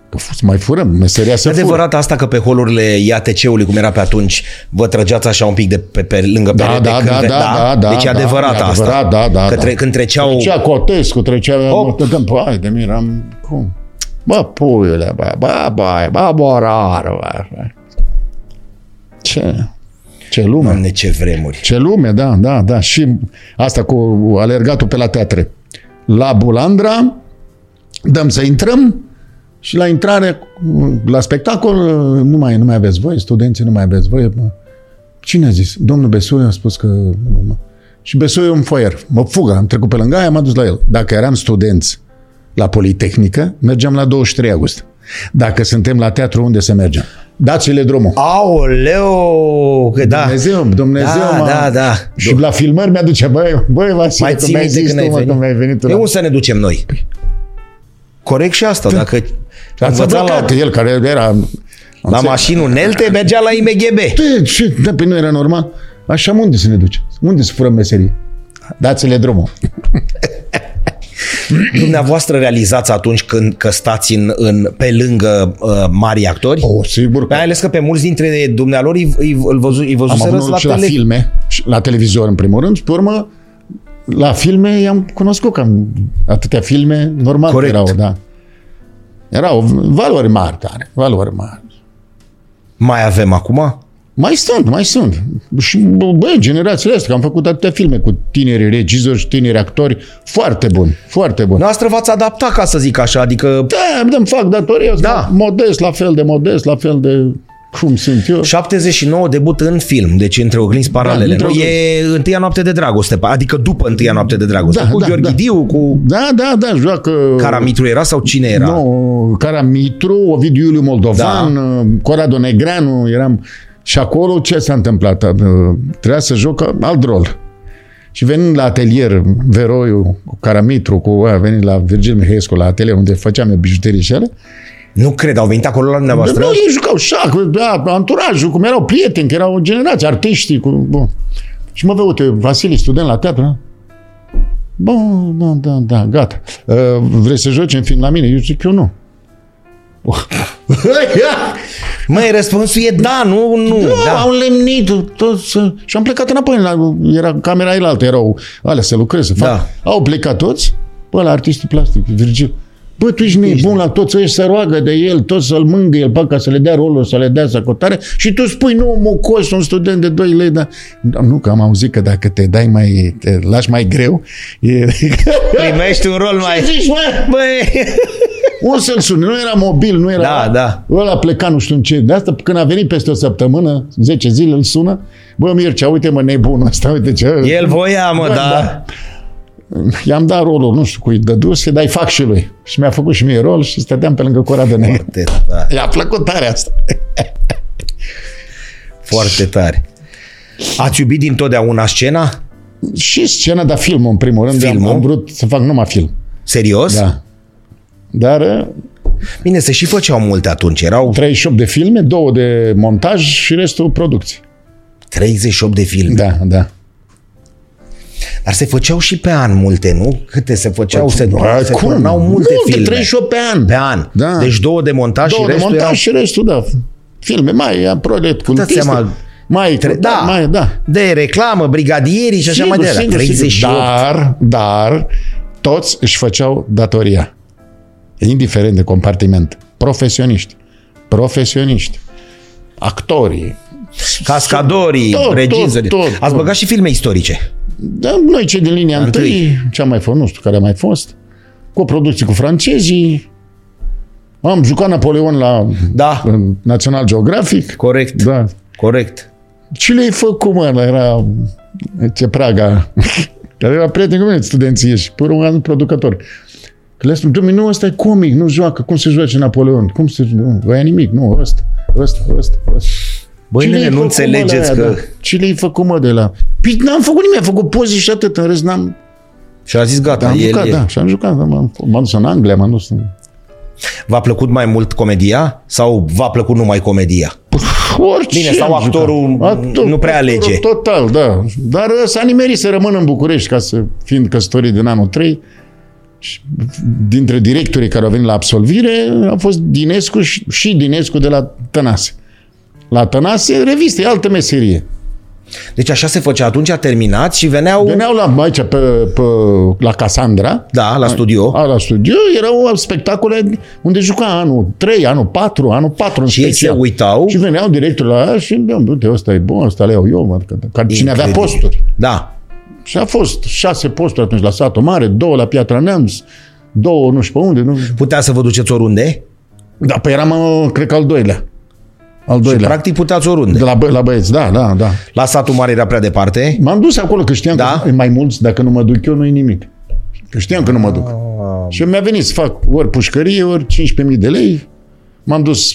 Speaker 2: Că fu- să mai furăm, meseria să fură.
Speaker 1: adevărat asta că pe holurile IATC-ului, cum era pe atunci, vă trăgeați așa un pic de pe, pe lângă
Speaker 2: Da,
Speaker 1: perete
Speaker 2: da,
Speaker 1: când
Speaker 2: da,
Speaker 1: ve-
Speaker 2: da, da, da,
Speaker 1: Deci e
Speaker 2: da,
Speaker 1: adevărat
Speaker 2: e
Speaker 1: asta.
Speaker 2: adevărat, da, da,
Speaker 1: că
Speaker 2: da.
Speaker 1: tre- când treceau...
Speaker 2: Trecea Cotescu, trecea...
Speaker 1: Op.
Speaker 2: Păi, de mine, am... Cum? Bă, puiule, bă, bă, bă, bă, borar, bă. Ce? Ce lume.
Speaker 1: Doamne, ce vremuri.
Speaker 2: Ce lume, da, da, da. Și asta cu alergatul pe la teatre. La Bulandra dăm să intrăm și la intrare, la spectacol, nu mai, nu mai aveți voie, studenții nu mai aveți voie. Cine a zis? Domnul Besuiu a spus că... Și Besuiu în foier. Mă fugă, am trecut pe lângă aia, m-am dus la el. Dacă eram studenți la Politehnică, mergeam la 23 august. Dacă suntem la teatru, unde să mergem? Dați-le drumul.
Speaker 1: Aoleu, că da.
Speaker 2: Dumnezeu, Dumnezeu
Speaker 1: Da,
Speaker 2: m-a-
Speaker 1: da, da.
Speaker 2: Și la filmări mi-aduce, băi, băi Vasile,
Speaker 1: Mai
Speaker 2: că
Speaker 1: ții
Speaker 2: mi-ai
Speaker 1: minte
Speaker 2: zis
Speaker 1: când ai
Speaker 2: tu, mă,
Speaker 1: venit.
Speaker 2: că mi-ai venit tu.
Speaker 1: De
Speaker 2: la-
Speaker 1: unde să ne ducem noi? Corect și asta, dacă
Speaker 2: Ați
Speaker 1: învățam la,
Speaker 2: la... el care era...
Speaker 1: la mașină unelte, mergea la IMGB.
Speaker 2: De ce? Da, pe nu era normal. Așa, unde să ne duce? Unde să furăm meserie? Dați-le drumul.
Speaker 1: Dumneavoastră realizați atunci când că stați în, în, pe lângă uh, mari actori?
Speaker 2: O, sigur că...
Speaker 1: Mai ales că pe mulți dintre dumnealor îi, îi, îl văzu, îi
Speaker 2: Am
Speaker 1: văzuseră
Speaker 2: avut
Speaker 1: la
Speaker 2: noroc și la
Speaker 1: tele.
Speaker 2: filme, și la televizor în primul rând, și pe urmă, la filme i-am cunoscut, că am atâtea filme, normal
Speaker 1: Corect.
Speaker 2: Corect. erau, da. Erau valori mari, tare, valori mari.
Speaker 1: Mai avem acum?
Speaker 2: Mai sunt, mai sunt. Și, bă, bă, generațiile astea, că am făcut atâtea filme cu tineri regizori și tineri actori foarte buni, foarte buni. Da,
Speaker 1: Noastră v-ați adaptat, ca să zic așa, adică
Speaker 2: da îmi fac datoria,
Speaker 1: Da.
Speaker 2: da. modest, la fel de modest, la fel de cum sunt eu.
Speaker 1: 79 debut în film, deci între oglinzi paralele.
Speaker 2: între
Speaker 1: nu? E întâia noapte de dragoste, pa- adică după întâia noapte de dragoste.
Speaker 2: Da,
Speaker 1: cu
Speaker 2: da,
Speaker 1: Gheorghe
Speaker 2: da.
Speaker 1: Diu, cu
Speaker 2: Da, da, da, joacă...
Speaker 1: Caramitru era sau cine era?
Speaker 2: Nu, Caramitru, Ovidiu Iuliu Moldovan, da. Corrado Negreanu, eram... Și acolo ce s-a întâmplat? Uh, Trebuia să joc uh, alt rol. Și venind la atelier, Veroiu, cu Caramitru, cu a venit la Virgil Mihăiescu, la atelier unde făceam eu bijuterii și alea,
Speaker 1: Nu cred, au venit acolo la dumneavoastră?
Speaker 2: nu, ei jucau șah, da, anturajul, cum erau prieteni, că erau o generație, artiștii. Cu, bun. Și mă văd, uite, Vasili, student la teatru, da? Bun, da, da, da, gata. Uh, vrei să joci în film la mine? Eu zic, eu nu.
Speaker 1: Măi, răspunsul e da, nu, nu.
Speaker 2: Da, da.
Speaker 1: da.
Speaker 2: au lemnit toți. uh, Și am plecat înapoi. La, era camera aia altă, erau alea să lucrez, să fac.
Speaker 1: Da.
Speaker 2: Au plecat toți. Bă, la artistul plastic, Virgil. Bă, tu ești nebun la toți ăștia, să roagă de el, toți să-l mângă el, bă, ca să le dea rolul, să le dea sacotare și tu spui, nu, mocos, un student de 2 lei, dar... Da, Nu, că am auzit că dacă te dai mai, te lași mai greu, e... Păi,
Speaker 1: Primești un rol mai...
Speaker 2: Zici, mă,
Speaker 1: Băi,
Speaker 2: o să-l suni, nu era mobil, nu era...
Speaker 1: Da, da.
Speaker 2: Ăla pleca nu știu în ce. De asta, când a venit peste o săptămână, 10 zile, îl sună. Bă, Mircea, uite mă, nebunul ăsta, uite ce...
Speaker 1: el voia, mă,
Speaker 2: Bă,
Speaker 1: da.
Speaker 2: I-am dat rolul, nu știu cui dăduse, dar îi fac și lui. Și mi-a făcut și mie rol și stăteam pe lângă cora de negră.
Speaker 1: Foarte tare,
Speaker 2: I-a plăcut tare asta.
Speaker 1: foarte tare. Ați iubit dintotdeauna scena?
Speaker 2: Și scena, dar filmul, în primul rând.
Speaker 1: Filmul?
Speaker 2: Am, am vrut să fac numai film.
Speaker 1: Serios?
Speaker 2: Da. Dar eh,
Speaker 1: Bine, se și făceau multe atunci. Erau
Speaker 2: 38 de filme, două de montaj și restul producții.
Speaker 1: 38 de filme.
Speaker 2: Da, da.
Speaker 1: Dar se făceau și pe an multe, nu? Câte se făceau? Se,
Speaker 2: Bă,
Speaker 1: se
Speaker 2: Păi, cum?
Speaker 1: turnau multe
Speaker 2: Multe,
Speaker 1: filme.
Speaker 2: 38 pe an.
Speaker 1: Pe an.
Speaker 2: Da.
Speaker 1: Deci două de montaj
Speaker 2: două
Speaker 1: și
Speaker 2: de
Speaker 1: restul
Speaker 2: montaj
Speaker 1: erau...
Speaker 2: și restul, da. Filme, mai am prolet cu
Speaker 1: seama,
Speaker 2: mai, tre-
Speaker 1: da.
Speaker 2: da, mai, da.
Speaker 1: De reclamă, brigadierii și așa mai departe. 38.
Speaker 2: Da. Dar, dar, toți își făceau datoria. Indiferent de compartiment. Profesioniști. Profesioniști. Actorii.
Speaker 1: Cascadorii,
Speaker 2: Tot, tot,
Speaker 1: regizorii.
Speaker 2: tot,
Speaker 1: Ați
Speaker 2: tot.
Speaker 1: băgat și filme istorice.
Speaker 2: Da, noi cei din linia
Speaker 1: Întâi.
Speaker 2: întâi, ce am mai fost, nu știu care a mai fost, cu producții cu francezii, am jucat Napoleon la
Speaker 1: Da,
Speaker 2: în Național Geographic.
Speaker 1: corect,
Speaker 2: Da.
Speaker 1: corect.
Speaker 2: Ce le-ai făcut, mă? Ăla era ce praga. Care era prieten cu mine, studenții și pe urmă un producător. Că le spun, domnule, nu, ăsta e comic, nu joacă. Cum se joace Napoleon? Cum se... Nu, ăia nimic, nu, ăsta, ăsta, ăsta, ăsta.
Speaker 1: Băi,
Speaker 2: Ce
Speaker 1: nene,
Speaker 2: le-ai
Speaker 1: nu
Speaker 2: făcut, mă, la
Speaker 1: înțelegeți
Speaker 2: aia,
Speaker 1: că...
Speaker 2: da? Ce le-ai făcut, mă, de la... Păi n-am făcut nimic, am făcut poze și atât, în rest n-am...
Speaker 1: Și a zis, gata,
Speaker 2: Am
Speaker 1: el
Speaker 2: jucat,
Speaker 1: e.
Speaker 2: da, și am jucat, da, m-am, m-am dus în Anglia, m-am dus în...
Speaker 1: V-a plăcut mai mult comedia sau v-a plăcut numai comedia?
Speaker 2: Orice
Speaker 1: Bine, sau
Speaker 2: am
Speaker 1: actorul
Speaker 2: jucat.
Speaker 1: nu prea alege.
Speaker 2: actorul Total, da. Dar ă, s-a nimerit să rămână în București, ca să, fiind căsătorit din anul 3, și dintre directorii care au venit la absolvire, a fost Dinescu și, și Dinescu de la Tănase. La Tănase, reviste, e altă meserie.
Speaker 1: Deci așa se făcea atunci, a terminat și veneau...
Speaker 2: Veneau la, aici, pe, pe, la Casandra,
Speaker 1: Da, la studio.
Speaker 2: a, la studio, erau spectacole unde juca anul 3, anul 4, anul 4 în
Speaker 1: Și ei se
Speaker 2: special.
Speaker 1: uitau.
Speaker 2: Și veneau directul la aia și bă, uite, ăsta e bun, ăsta le iau eu, mă, că, că cine avea
Speaker 1: Incredibil.
Speaker 2: posturi.
Speaker 1: Da.
Speaker 2: Și a fost șase posturi atunci la satul mare, două la Piatra Neamț, două nu știu pe unde. Nu...
Speaker 1: Putea să vă duceți oriunde?
Speaker 2: Da, păi eram, uh, cred că al doilea. Al doilea.
Speaker 1: Practic puteați oriunde.
Speaker 2: de la, bă- la băieți, da, da, da.
Speaker 1: La satul mare era prea departe.
Speaker 2: M-am dus acolo că știam
Speaker 1: Da?
Speaker 2: că e mai mulți, dacă nu mă duc eu, nu-i nimic. Că știam că nu mă duc. Și mi-a venit să fac ori pușcărie, ori 15.000 de lei. M-am dus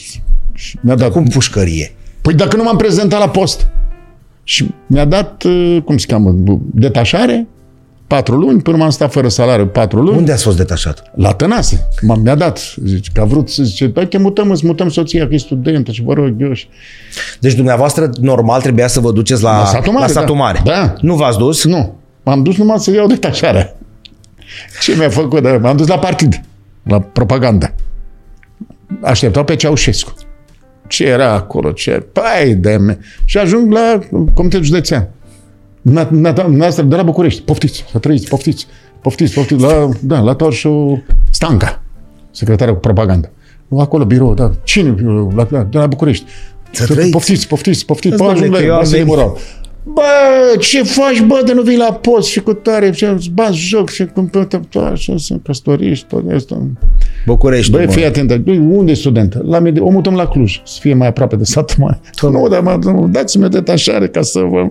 Speaker 2: și mi-a dat...
Speaker 1: Cum pușcărie?
Speaker 2: Păi dacă nu m-am prezentat la post. Și mi-a dat, uh, cum se cheamă, bu- detașare, patru luni, până m-am stat fără salariu patru luni,
Speaker 1: Unde ați fost detașat?
Speaker 2: la tănase. M-a, mi-a dat, zice, că a vrut să zice, hai că mutăm, îți mutăm soția, că e studentă și vă rog eu și...
Speaker 1: Deci dumneavoastră normal trebuia să vă duceți la,
Speaker 2: La satul mare,
Speaker 1: La satul
Speaker 2: da.
Speaker 1: mare.
Speaker 2: Da.
Speaker 1: Nu v-ați dus?
Speaker 2: Nu, m-am dus numai să iau detașarea. Ce mi-a făcut? Da, M-am dus la partid, la propaganda. Așteptau pe Ceaușescu. Ce era acolo? Ce? Păi de me- Și ajung la Comitetul Județean. Na- na- na- Noastră de la București. Poftiți, să trăiți, poftiți. Poftiți, poftiți. La, da, la Torșu Stanca, secretarul cu propaganda. Acolo birou, da. Cine? birou? La, la, de la București.
Speaker 1: Să trăiți.
Speaker 2: Poftiți, poftiți, poftiți.
Speaker 1: Îți
Speaker 2: Bă,
Speaker 1: doamne,
Speaker 2: ajung la
Speaker 1: că eu am
Speaker 2: eu
Speaker 1: venit.
Speaker 2: Bă, ce faci, bă, de nu vii la post și cu tare, și îți bați joc da, și cum așa, sunt căsătoriști, tot asta.
Speaker 1: București.
Speaker 2: Băi,
Speaker 1: mă.
Speaker 2: fii atent, băi, unde e studentă? La medi- o mutăm la Cluj, să fie mai aproape de satul mare. Nu, dar mă, nu, dați-mi o detașare ca să vă...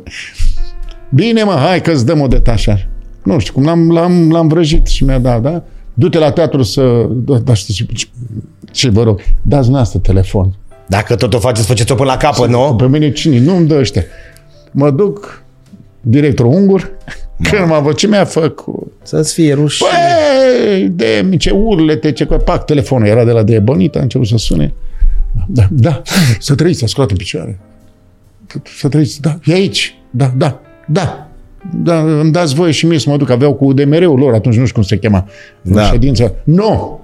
Speaker 2: Bine, mă, hai că-ți dăm o detașare. Nu știu, cum l-am, l-am, l-am vrăjit și mi-a dat, da? Du-te la teatru să... Da, da știi ce, ce, ce vă rog, dați noastră telefon.
Speaker 1: Dacă tot o faceți, faceți-o până la capăt, nu?
Speaker 2: Pe mine cine? Nu-mi dă ăștia. Mă duc, directorul ungur,
Speaker 1: Da.
Speaker 2: când m-a văzut, ce mi-a făcut?
Speaker 1: Să-ți fie rușine.
Speaker 2: Băi, de ce urlete, ce că pac, telefonul era de la Debonita, a început să sune. Da, da, să trăiți, s-a sculat în picioare. Să trăiți, da, e aici, da, da, da. Da, îmi dați voie și mie să mă duc, aveau cu UDMR-ul lor, atunci nu știu cum se chema.
Speaker 1: Da.
Speaker 2: Da. Ședința. Nu!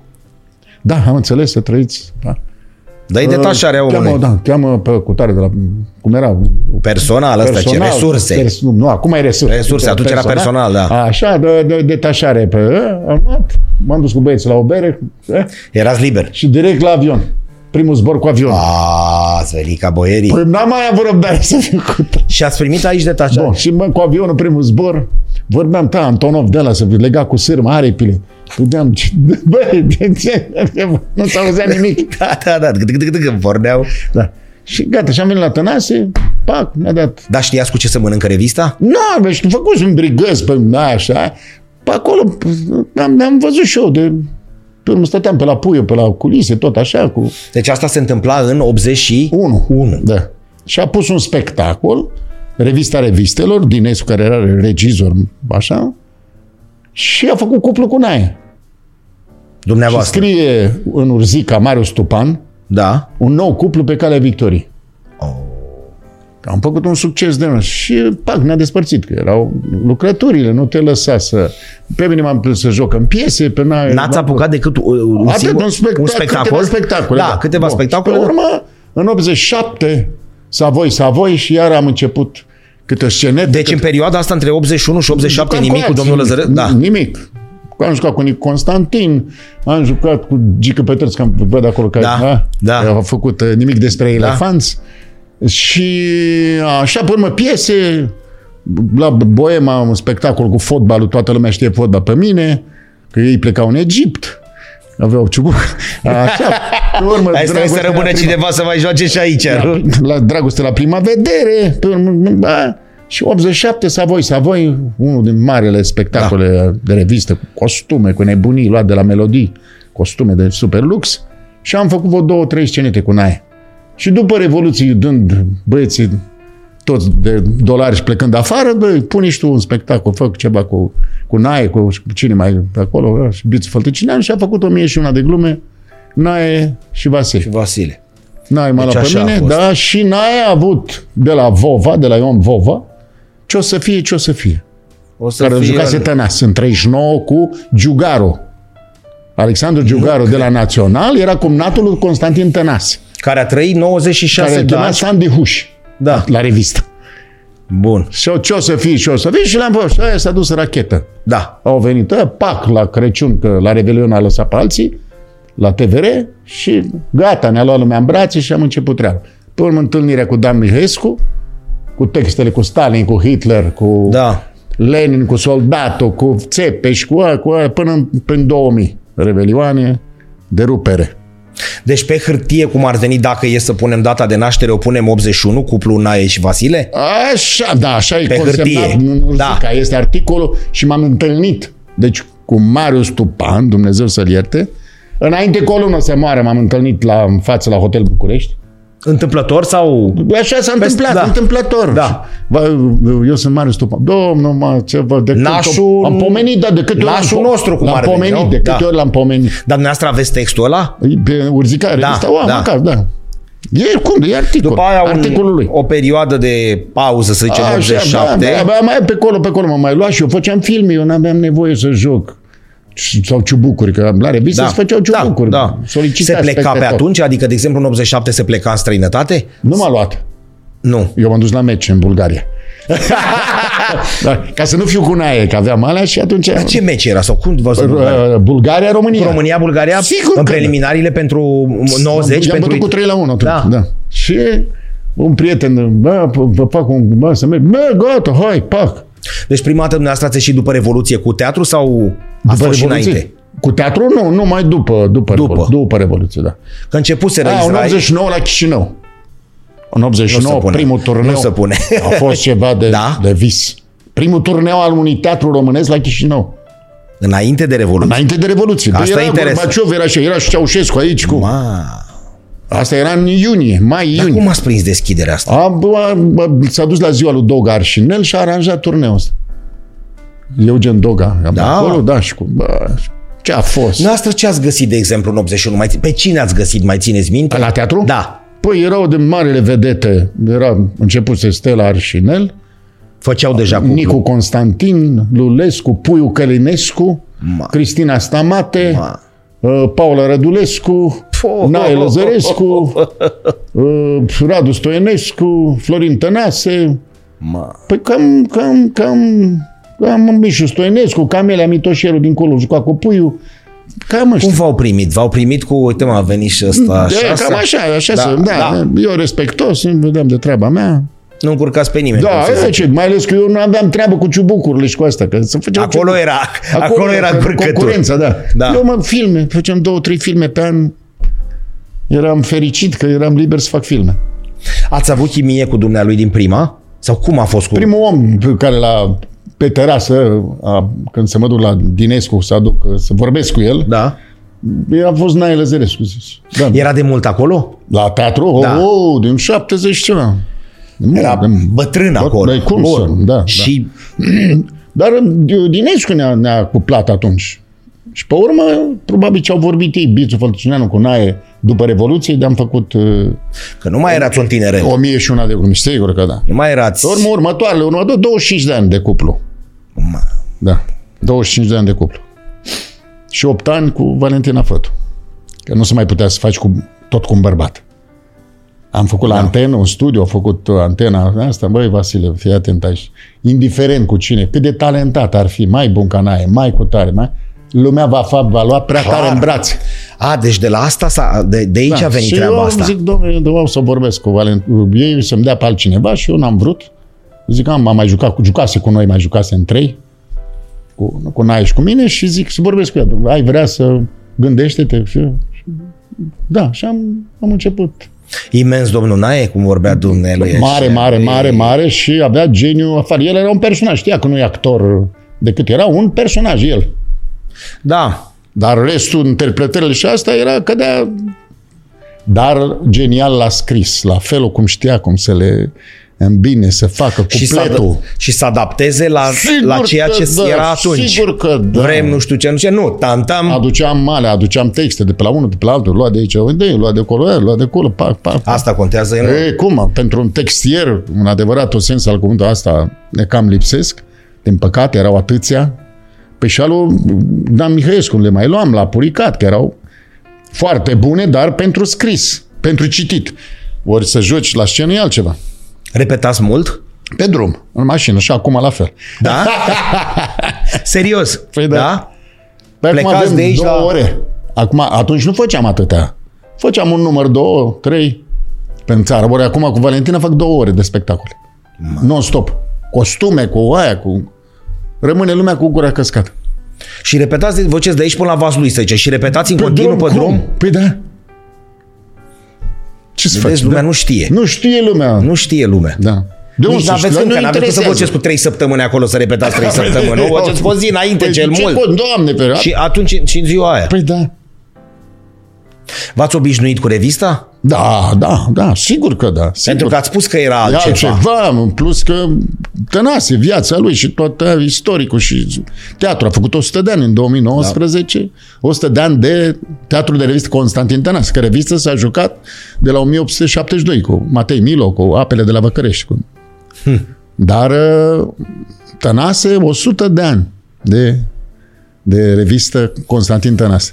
Speaker 2: Da, am înțeles, să trăiți. Da.
Speaker 1: Dai detașarea
Speaker 2: Cheamă,
Speaker 1: omului.
Speaker 2: da, cheamă pe cutare de la... Cum era?
Speaker 1: Personal, asta ce? Resurse.
Speaker 2: Pers, nu, nu, acum e resurse. Deci,
Speaker 1: Resurse, atunci era personal, da.
Speaker 2: Așa, de, de, detașare. Pe, am luat, m-am dus cu băieții la o bere eh,
Speaker 1: Erați liber.
Speaker 2: și direct la avion. Primul zbor cu avion.
Speaker 1: Ah. A, Zvelica Boierii.
Speaker 2: Păi n-am mai avut răbdare să fiu cu tare.
Speaker 1: Și ați primit aici
Speaker 2: Bun,
Speaker 1: detașare.
Speaker 2: și mă, cu avionul primul zbor, vorbeam, ta, Antonov de la să lega cu sârmă, aripile. Vedeam, ce- băi, de ce? Nu s-a auzea nimic.
Speaker 1: Da, da, da, gât, gât, gât, când vorneau.
Speaker 2: Da. Și gata, și am venit la Tănase, pac, mi-a dat.
Speaker 1: Da, știați cu ce să mănâncă revista?
Speaker 2: Nu, bă, și făcut un brigăz pe da, așa. Pe acolo p- am, am văzut și eu de... Pe urmă stăteam pe la puiu, pe la culise, tot așa, cu
Speaker 1: Deci asta se întâmpla în 81.
Speaker 2: unul.
Speaker 1: Unu.
Speaker 2: Da. Și a pus un spectacol, revista revistelor, Dinescu, care era regizor, așa, și a făcut cuplu cu Naia. Și
Speaker 1: Dumneavoastră.
Speaker 2: scrie în urzica Marius Tupan
Speaker 1: Da.
Speaker 2: un nou cuplu pe calea victoriei.
Speaker 1: Oh.
Speaker 2: Am făcut un succes de noi și pac, ne-a despărțit, că erau lucrăturile, nu te lăsa să... Pe mine m-am plâns să joc în piese, pe n-a...
Speaker 1: N-ați apucat decât uh, un,
Speaker 2: Atât,
Speaker 1: singur,
Speaker 2: un, spectac-
Speaker 1: un spectacol?
Speaker 2: Câteva spectacole.
Speaker 1: Da, câteva
Speaker 2: Bun.
Speaker 1: spectacole.
Speaker 2: Și Pe urmă, în 87, Savoi, Savoi și iar am început câte scenete.
Speaker 1: Deci
Speaker 2: câte...
Speaker 1: în perioada asta între 81 și 87
Speaker 2: Jucam
Speaker 1: nimic cu
Speaker 2: alții,
Speaker 1: domnul Lăzărescu? Da.
Speaker 2: Nimic. Am jucat cu Nic Constantin, am jucat cu Gică Petrescu, am văd acolo că
Speaker 1: Da, da.
Speaker 2: că a făcut uh, nimic despre elefanți. Și uh, așa, pe urmă, piese, la Boema, un spectacol cu fotbalul, toată lumea știe fotbal pe mine, că ei plecau în Egipt, aveau ciubuc. Așa, pe urmă,
Speaker 1: Hai să trebuie să Da.
Speaker 2: dragoste la
Speaker 1: rămână
Speaker 2: prima-
Speaker 1: cineva să mai joace și aici. nu?
Speaker 2: la dragoste la prima vedere, pe urmă, da. Și 87, Savoi, Savoi, unul din marele spectacole da. de revistă, cu costume, cu nebunii, luat de la melodii, costume de super lux. Și am făcut vreo două, trei scenete cu Nae. Și după Revoluție, dând băieții toți de dolari și plecând afară, bă, pune și tu un spectacol, fă ceva cu, cu Nae, cu cu cine mai e acolo, bă, și Bițu Fălticinean și a făcut o mie și una de glume, Nae și Vasile.
Speaker 1: Vasile.
Speaker 2: N-ai mai
Speaker 1: Deci
Speaker 2: luat pe
Speaker 1: așa a
Speaker 2: mine,
Speaker 1: fost.
Speaker 2: da, și n-ai avut de la Vova, de la Ion Vova, ce o să fie, ce o să fie.
Speaker 1: O să
Speaker 2: Care
Speaker 1: fie-
Speaker 2: jucase Tănas în 39 cu Giugaru. Alexandru Giugaru de la Național era cumnatul lui Constantin Tănase,
Speaker 1: care a trăit
Speaker 2: care
Speaker 1: 96
Speaker 2: îl
Speaker 1: de
Speaker 2: chema
Speaker 1: ani.
Speaker 2: Sandy Huș
Speaker 1: Da.
Speaker 2: la revistă.
Speaker 1: Bun.
Speaker 2: Și ce o să fie, ce o să fie și le-am făcut. Și aia s-a dus rachetă.
Speaker 1: Da.
Speaker 2: Au venit, ă, pac, la Crăciun, că la Revelion a lăsat pe alții, la TVR și gata, ne-a luat lumea în brațe și am început treaba. Pe urmă, întâlnirea cu Dan Mihescu, cu textele cu Stalin, cu Hitler, cu
Speaker 1: Da.
Speaker 2: Lenin, cu Soldatul, cu Țepeș, cu, a- cu a- până în, până în 2000. Revelioane, derupere.
Speaker 1: Deci pe hârtie cum ar veni dacă e să punem data de naștere, o punem 81, cuplu Nae și Vasile?
Speaker 2: Așa, da, așa e
Speaker 1: Pe
Speaker 2: consemnat
Speaker 1: hârtie.
Speaker 2: în
Speaker 1: Da.
Speaker 2: da. ca este articolul și m-am întâlnit. Deci cu Marius Tupan, Dumnezeu să-l ierte, înainte că o lună să moară, m-am întâlnit la, în față la Hotel București.
Speaker 1: Întâmplător sau...
Speaker 2: Așa s-a întâmplat,
Speaker 1: da.
Speaker 2: da. întâmplător.
Speaker 1: Da.
Speaker 2: Va- Eu sunt Marius Tupan. Domnul, mă, ce vă... De câte ori-
Speaker 1: Nașul-
Speaker 2: Am pomenit, da, de câte ori l-am
Speaker 1: Nașul
Speaker 2: po-
Speaker 1: nostru, cum
Speaker 2: L-am
Speaker 1: ar veni,
Speaker 2: pomenit,
Speaker 1: nu?
Speaker 2: de câte
Speaker 1: Da.
Speaker 2: ori l-am pomenit.
Speaker 1: Dar dumneavoastră aveți textul ăla?
Speaker 2: E Pe urzicare,
Speaker 1: Da,
Speaker 2: da, asta, o,
Speaker 1: da.
Speaker 2: da. măcar, da. E cum, e articol.
Speaker 1: După aia
Speaker 2: articolul
Speaker 1: un,
Speaker 2: lui.
Speaker 1: o perioadă de pauză, să zicem,
Speaker 2: Așa,
Speaker 1: 87.
Speaker 2: Da, abia mai pe acolo, pe acolo mă mai lua și eu făceam filme, eu n-aveam nevoie să joc. Sau ciubucuri, că la revistă da. se făceau ciubucuri.
Speaker 1: da. Se
Speaker 2: solicitați
Speaker 1: pleca
Speaker 2: peste
Speaker 1: pe
Speaker 2: tot.
Speaker 1: atunci? Adică, de exemplu, în 87 se pleca în străinătate?
Speaker 2: Nu m-a luat.
Speaker 1: Nu.
Speaker 2: Eu m-am dus la meci în Bulgaria. da, ca să nu fiu cu naie, că aveam alea și atunci...
Speaker 1: Da, Ce meci era? Sau cum vă
Speaker 2: Bulgaria, Bulgaria România.
Speaker 1: România, Bulgaria,
Speaker 2: Păi, Sigur
Speaker 1: în
Speaker 2: că- da.
Speaker 1: preliminariile pentru 90,
Speaker 2: I-am
Speaker 1: pentru...
Speaker 2: bătut cu 3 la 1 atunci.
Speaker 1: Da.
Speaker 2: Da. da. Și un prieten, bă, p- vă fac un... Bă, să merg. Bă, gata, hai, pac.
Speaker 1: Deci prima dată dumneavoastră ați ieșit după Revoluție cu teatru sau a fost și
Speaker 2: Revoluție.
Speaker 1: înainte?
Speaker 2: Cu teatru nu, nu mai după, după,
Speaker 1: După.
Speaker 2: după. după Revoluție, da.
Speaker 1: Că începuseră
Speaker 2: A, în
Speaker 1: Israel...
Speaker 2: 89 la Chișinău. În
Speaker 1: Nu
Speaker 2: 89,
Speaker 1: se pune.
Speaker 2: primul turneu.
Speaker 1: Nu se pune.
Speaker 2: A fost ceva de,
Speaker 1: Da?
Speaker 2: da? de vis. Primul turneu al unui teatru românesc la Chișinău.
Speaker 1: Înainte de Revoluție.
Speaker 2: Înainte de Revoluție. Deci
Speaker 1: Asta
Speaker 2: era
Speaker 1: e interesant.
Speaker 2: Gorbaciov, era și, era și Ceaușescu aici. Cu...
Speaker 1: Ma,
Speaker 2: Asta era în iunie, mai
Speaker 1: dar
Speaker 2: iunie.
Speaker 1: cum ați prins deschiderea asta?
Speaker 2: A, a, a, s-a dus la ziua lui Doga Arșinel și a aranjat turneul ăsta. Eugen Doga.
Speaker 1: Da.
Speaker 2: Da. Acolo, da, și cu... Bă, ce a fost?
Speaker 1: Noastră ce ați găsit, de exemplu, în 81? Mai, ți- pe cine ați găsit, mai țineți minte?
Speaker 2: La teatru?
Speaker 1: Da.
Speaker 2: Păi erau de marele vedete. Era începuse Stella Arșinel,
Speaker 1: Făceau deja cuplu.
Speaker 2: Nicu Constantin, Lulescu, Puiu Călinescu,
Speaker 1: Ma.
Speaker 2: Cristina Stamate,
Speaker 1: Ma. Oh,
Speaker 2: uh, Paula Rădulescu, Nae Lăzărescu, uh, Radu Stoienescu, Florin Tănase,
Speaker 1: Ma.
Speaker 2: Păi cam, cam, cam, cam Mișu Stoinescu, cam Elea Mitoșelul dincolo, juca cu puiul. Cam
Speaker 1: Cum
Speaker 2: ăștia.
Speaker 1: v-au primit? V-au primit cu, uite mă, a venit și ăsta
Speaker 2: Da,
Speaker 1: așa?
Speaker 2: cam
Speaker 1: asta?
Speaker 2: așa, așa
Speaker 1: Da,
Speaker 2: da, da,
Speaker 1: da.
Speaker 2: da, Eu respectos, îmi vedeam de treaba mea.
Speaker 1: Nu încurcați pe nimeni. cum
Speaker 2: Da,
Speaker 1: se zice.
Speaker 2: e, ce, mai ales că eu nu aveam treabă cu ciubucurile și cu asta, că se făceau
Speaker 1: Acolo era, acolo, acolo era încurcătură.
Speaker 2: Concurența, da.
Speaker 1: Da.
Speaker 2: da. Eu mă filme, făceam două, trei filme pe an. Eram fericit că eram liber să fac filme.
Speaker 1: Ați avut chimie cu dumnealui din prima? Sau cum a fost cu...
Speaker 2: Primul om pe care la pe terasă, a, când se mă duc la Dinescu să aduc, să vorbesc cu el,
Speaker 1: Da.
Speaker 2: a fost Nae Lăzărescu, zis. Da.
Speaker 1: Era de mult acolo?
Speaker 2: La teatru?
Speaker 1: Da.
Speaker 2: Da. Oh, din 70 și ceva.
Speaker 1: Era
Speaker 2: Da.
Speaker 1: bătrân acolo.
Speaker 2: băi, cum să-
Speaker 1: Bun.
Speaker 2: da, da.
Speaker 1: Și
Speaker 2: Dar eu- Dinescu ne-a, ne-a cuplat atunci. Și pe urmă, probabil ce au vorbit ei, Bițu Fălticineanu cu Nae, după Revoluție, de-am făcut uh,
Speaker 1: că nu mai erați un tineret.
Speaker 2: o mie și una de glume. Sigur că da.
Speaker 1: Nu mai erați...
Speaker 2: Pe urmă, următoarele, următoare, 25 de ani de cuplu.
Speaker 1: Ma.
Speaker 2: Da, 25 de ani de cuplu. Și 8 ani cu Valentina Fătu. Că nu se mai putea să faci cu, tot cu un bărbat. Am făcut la antenă, un studiu, am făcut uh, antena asta. Băi, Vasile, fii atent aici. Indiferent cu cine, cât de talentat ar fi, mai bun ca naie, mai cu tare, mai... Lumea va, fa, va lua prea
Speaker 1: Clar.
Speaker 2: tare în brațe.
Speaker 1: A, deci de la asta s-a... De, de aici a venit
Speaker 2: Da, și
Speaker 1: treaba
Speaker 2: eu
Speaker 1: asta.
Speaker 2: zic, domnule, eu vreau să vorbesc cu Valent. Ei să-mi dea pe altcineva și eu n-am vrut. Zic, am, am mai jucat, cu, jucase cu noi, mai jucase în trei, cu, cu Naia și cu mine și zic să vorbesc cu ea. Ai vrea să gândește-te? Și, eu- și, da, și am, am început.
Speaker 1: Imens domnul Nae, cum vorbea dumnealui.
Speaker 2: Da. Mare,
Speaker 1: așa.
Speaker 2: mare,
Speaker 1: Ei,
Speaker 2: mare, mare și avea geniu afară. El era un personaj, știa că nu e actor decât era un personaj el.
Speaker 1: Da.
Speaker 2: Dar restul, interpretările și asta era că de Dar genial l-a scris, la felul cum știa cum să le îmbine, să facă
Speaker 1: Și să,
Speaker 2: cupletul.
Speaker 1: ad- și să adapteze la, la ceea
Speaker 2: că
Speaker 1: ce
Speaker 2: da,
Speaker 1: era atunci.
Speaker 2: Sigur că da.
Speaker 1: Vrem nu știu ce, nu știu ce. Nu, tam-tam.
Speaker 2: Aduceam male, aduceam texte de pe la unul, de pe la altul, lua de aici, unde, lua de acolo, lua de acolo, pac, pac. pac.
Speaker 1: Asta contează enorm.
Speaker 2: E, cum? Pentru un textier, un adevărat o sens al cuvântului asta, ne cam lipsesc. Din păcate, erau atâția. Pe și alu, Dan Mihăiescu le mai luam la puricat, că erau foarte bune, dar pentru scris, pentru citit. Ori să joci la scenă e altceva.
Speaker 1: Repetați mult?
Speaker 2: Pe drum, în mașină și acum la fel.
Speaker 1: Da? Serios?
Speaker 2: Păi da. Păi
Speaker 1: Plecați de aici
Speaker 2: două
Speaker 1: la-
Speaker 2: ore. Acum, atunci nu făceam atâtea. Făceam un număr, două, trei în țară. Ori acum cu Valentina fac două ore de spectacole. Non-stop. Costume cu aia, cu... Rămâne lumea cu gura căscată.
Speaker 1: Și repetați, vă duceți de aici până la vasul lui, să zice, și repetați în continuu pe
Speaker 2: cum?
Speaker 1: drum?
Speaker 2: Păi da. Ce să faci?
Speaker 1: Vezi, lumea
Speaker 2: da?
Speaker 1: nu știe.
Speaker 2: nu știe lumea.
Speaker 1: Nu știe lumea.
Speaker 2: Da. De
Speaker 1: Nici
Speaker 2: să
Speaker 1: n-aveți
Speaker 2: știe?
Speaker 1: cum, că n-aveți
Speaker 2: Nu-i
Speaker 1: cum să
Speaker 2: interesează.
Speaker 1: voceți cu 3 săptămâni acolo să repetați 3 săptămâni. Nu, voceți cu o zi înainte
Speaker 2: Păi
Speaker 1: cel
Speaker 2: ce
Speaker 1: mult.
Speaker 2: pot? Doamne, pe
Speaker 1: Și atunci, și în ziua aia.
Speaker 2: Păi da.
Speaker 1: V-ați obișnuit cu revista?
Speaker 2: Da, da, da, sigur că da. Sigur.
Speaker 1: Pentru că ați spus că era
Speaker 2: E
Speaker 1: altceva.
Speaker 2: altceva, în plus că tănase viața lui și tot uh, istoricul și teatru. A făcut 100 de ani în 2019, da. 100 de ani de teatru de revistă Constantin Tănase, că revista s-a jucat de la 1872 cu Matei Milo, cu apele de la Văcărești. Cu... Hm. Dar uh, Tănase 100 de ani de, de revistă Constantin Tănase.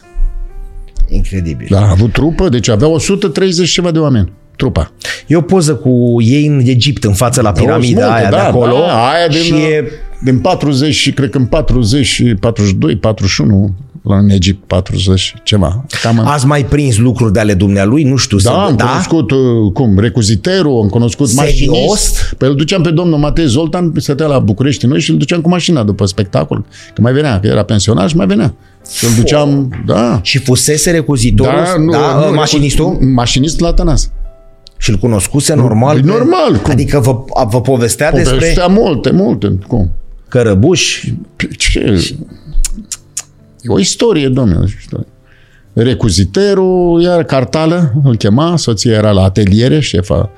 Speaker 1: Incredibil.
Speaker 2: Da, a avut trupă, deci avea 130 și ceva de oameni. Trupa.
Speaker 1: E o poză cu ei în Egipt, în față la piramida
Speaker 2: Osmulte,
Speaker 1: aia de
Speaker 2: da,
Speaker 1: acolo.
Speaker 2: Da, aia din,
Speaker 1: Și e
Speaker 2: din 40 și cred că în 40 și 42, 41 la în Egipt 40 și ceva. Cam în...
Speaker 1: Ați mai prins lucruri de ale dumnealui? Nu știu să
Speaker 2: da, am
Speaker 1: da?
Speaker 2: cunoscut uh, cum, recuziterul, am cunoscut
Speaker 1: Serios?
Speaker 2: mașinist. Pe îl duceam pe domnul Matei Zoltan, stătea la București noi și îl duceam cu mașina după spectacol. Că mai venea, că era pensionar și mai venea. Și îl duceam, da.
Speaker 1: Și fusese recuzitorul,
Speaker 2: Da,
Speaker 1: da,
Speaker 2: nu, nu, recu-
Speaker 1: mașinistul?
Speaker 2: Mașinist la Tănase.
Speaker 1: Și îl cunoscuse normal?
Speaker 2: E Păi normal, cum?
Speaker 1: Adică vă, a- vă povestea, despre
Speaker 2: Povestea multe, multe. Cum?
Speaker 1: cărăbuși?
Speaker 2: Păi Ce? E o istorie, domnule. o istorie. Recuziterul, iar Cartală îl chema, soția era la ateliere, șefa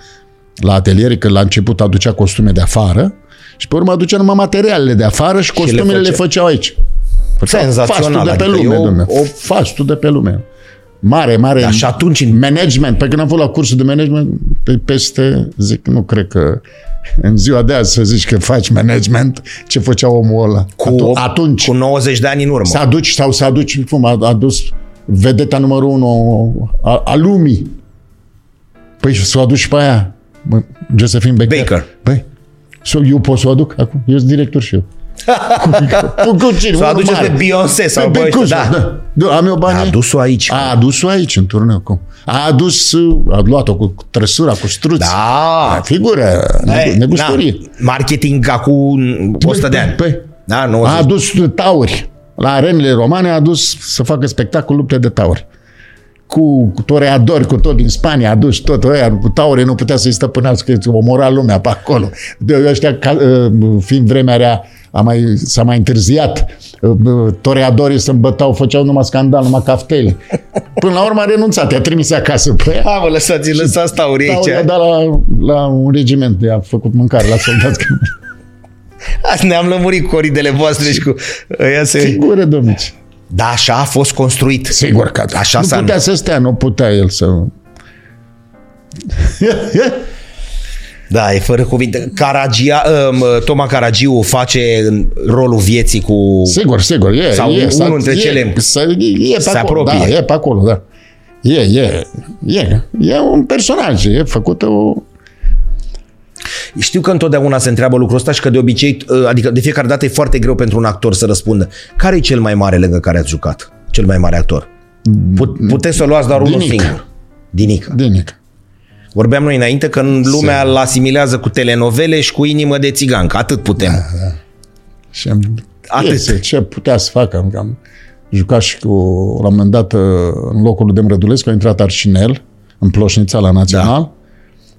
Speaker 2: la ateliere, că la început aducea costume de afară și pe urmă aducea numai materialele de afară și
Speaker 1: le
Speaker 2: costumele le,
Speaker 1: făcea.
Speaker 2: făceau aici. Făcea
Speaker 1: Senzațional,
Speaker 2: fastul da, de pe
Speaker 1: adică
Speaker 2: lume,
Speaker 1: eu-
Speaker 2: domnule.
Speaker 1: o-
Speaker 2: O fastul de pe lume. Mare, mare.
Speaker 1: Da, și atunci în-
Speaker 2: Management. Pe când am fost la cursul de management, pe peste, zic, nu cred că în ziua de azi să zici că faci management, ce făcea omul ăla.
Speaker 1: Cu,
Speaker 2: Atu- atunci,
Speaker 1: cu 90 de ani în urmă.
Speaker 2: să aduci sau să aduci, cum a adus vedeta numărul unu a, a lumii. Păi și s-o aduci și pe aia, mă, Josephine Baker.
Speaker 1: Baker.
Speaker 2: Păi, s-o- eu pot să o aduc acum? Eu sunt director și eu. Cu Gucci,
Speaker 1: Să o aduceți pe Beyoncé sau pe ăștia, da.
Speaker 2: da. da. Am eu bani.
Speaker 1: A adus-o aici.
Speaker 2: A adus-o aici, în turneu, cum? A adus, uh, a luat-o cu trăsura, cu struț.
Speaker 1: Da.
Speaker 2: Figură,
Speaker 1: Ei,
Speaker 2: negu- negustorie.
Speaker 1: na, Marketing acum 100 de ani.
Speaker 2: Păi,
Speaker 1: Da,
Speaker 2: a
Speaker 1: 90.
Speaker 2: adus tauri. La arenele romane a adus să facă spectacol lupte de tauri. Cu, cu toreadori, cu tot din Spania, a adus tot ăia, cu taurii nu putea să-i stăpânească, că omora lumea pe acolo. De ăștia, ca, ă, fiind vremea rea, a mai, s-a mai întârziat, ă, ă, toreadorii se îmbătau, făceau numai scandal, numai caftele. Până la urmă a renunțat, i-a trimis acasă pe ea,
Speaker 1: A, mă, lăsați, lăsați taurii
Speaker 2: taurii a
Speaker 1: aici.
Speaker 2: dat la, la un regiment, i-a făcut mâncare la soldați.
Speaker 1: Azi ne-am lămurit cu oridele voastre și cu... Ia se...
Speaker 2: Figură, domnici.
Speaker 1: Da, așa a fost construit.
Speaker 2: Sigur că da.
Speaker 1: Așa
Speaker 2: nu
Speaker 1: s-a
Speaker 2: putea să stea, nu putea el să...
Speaker 1: Da, e fără cuvinte. Caragia, um, Toma Caragiu face în rolul vieții cu...
Speaker 2: sigur, sigur, e.
Speaker 1: Sau
Speaker 2: e,
Speaker 1: unul
Speaker 2: s-a-
Speaker 1: dintre
Speaker 2: e,
Speaker 1: cele-
Speaker 2: s-a- e, e pe
Speaker 1: se
Speaker 2: acolo,
Speaker 1: apropie.
Speaker 2: Da, e pe acolo, da. E, e, e, e un personaj, e făcută o...
Speaker 1: Știu că întotdeauna se întreabă lucrul ăsta și că de obicei, uh, adică de fiecare dată e foarte greu pentru un actor să răspundă. Care e cel mai mare lângă care ați jucat? Cel mai mare actor? Put- Puteți să o luați doar unul
Speaker 2: Dinică.
Speaker 1: singur. Dinică.
Speaker 2: Dinic.
Speaker 1: Vorbeam noi înainte că în lumea îl asimilează cu telenovele și cu inimă de țigancă. Atât putem.
Speaker 2: Da. Și am,
Speaker 1: Atât.
Speaker 2: Iese, ce putea să facă, am, am jucat și cu, la un moment dat, în locul lui Demrădulescu, a intrat Arșinel, în Ploșnița la Național, da.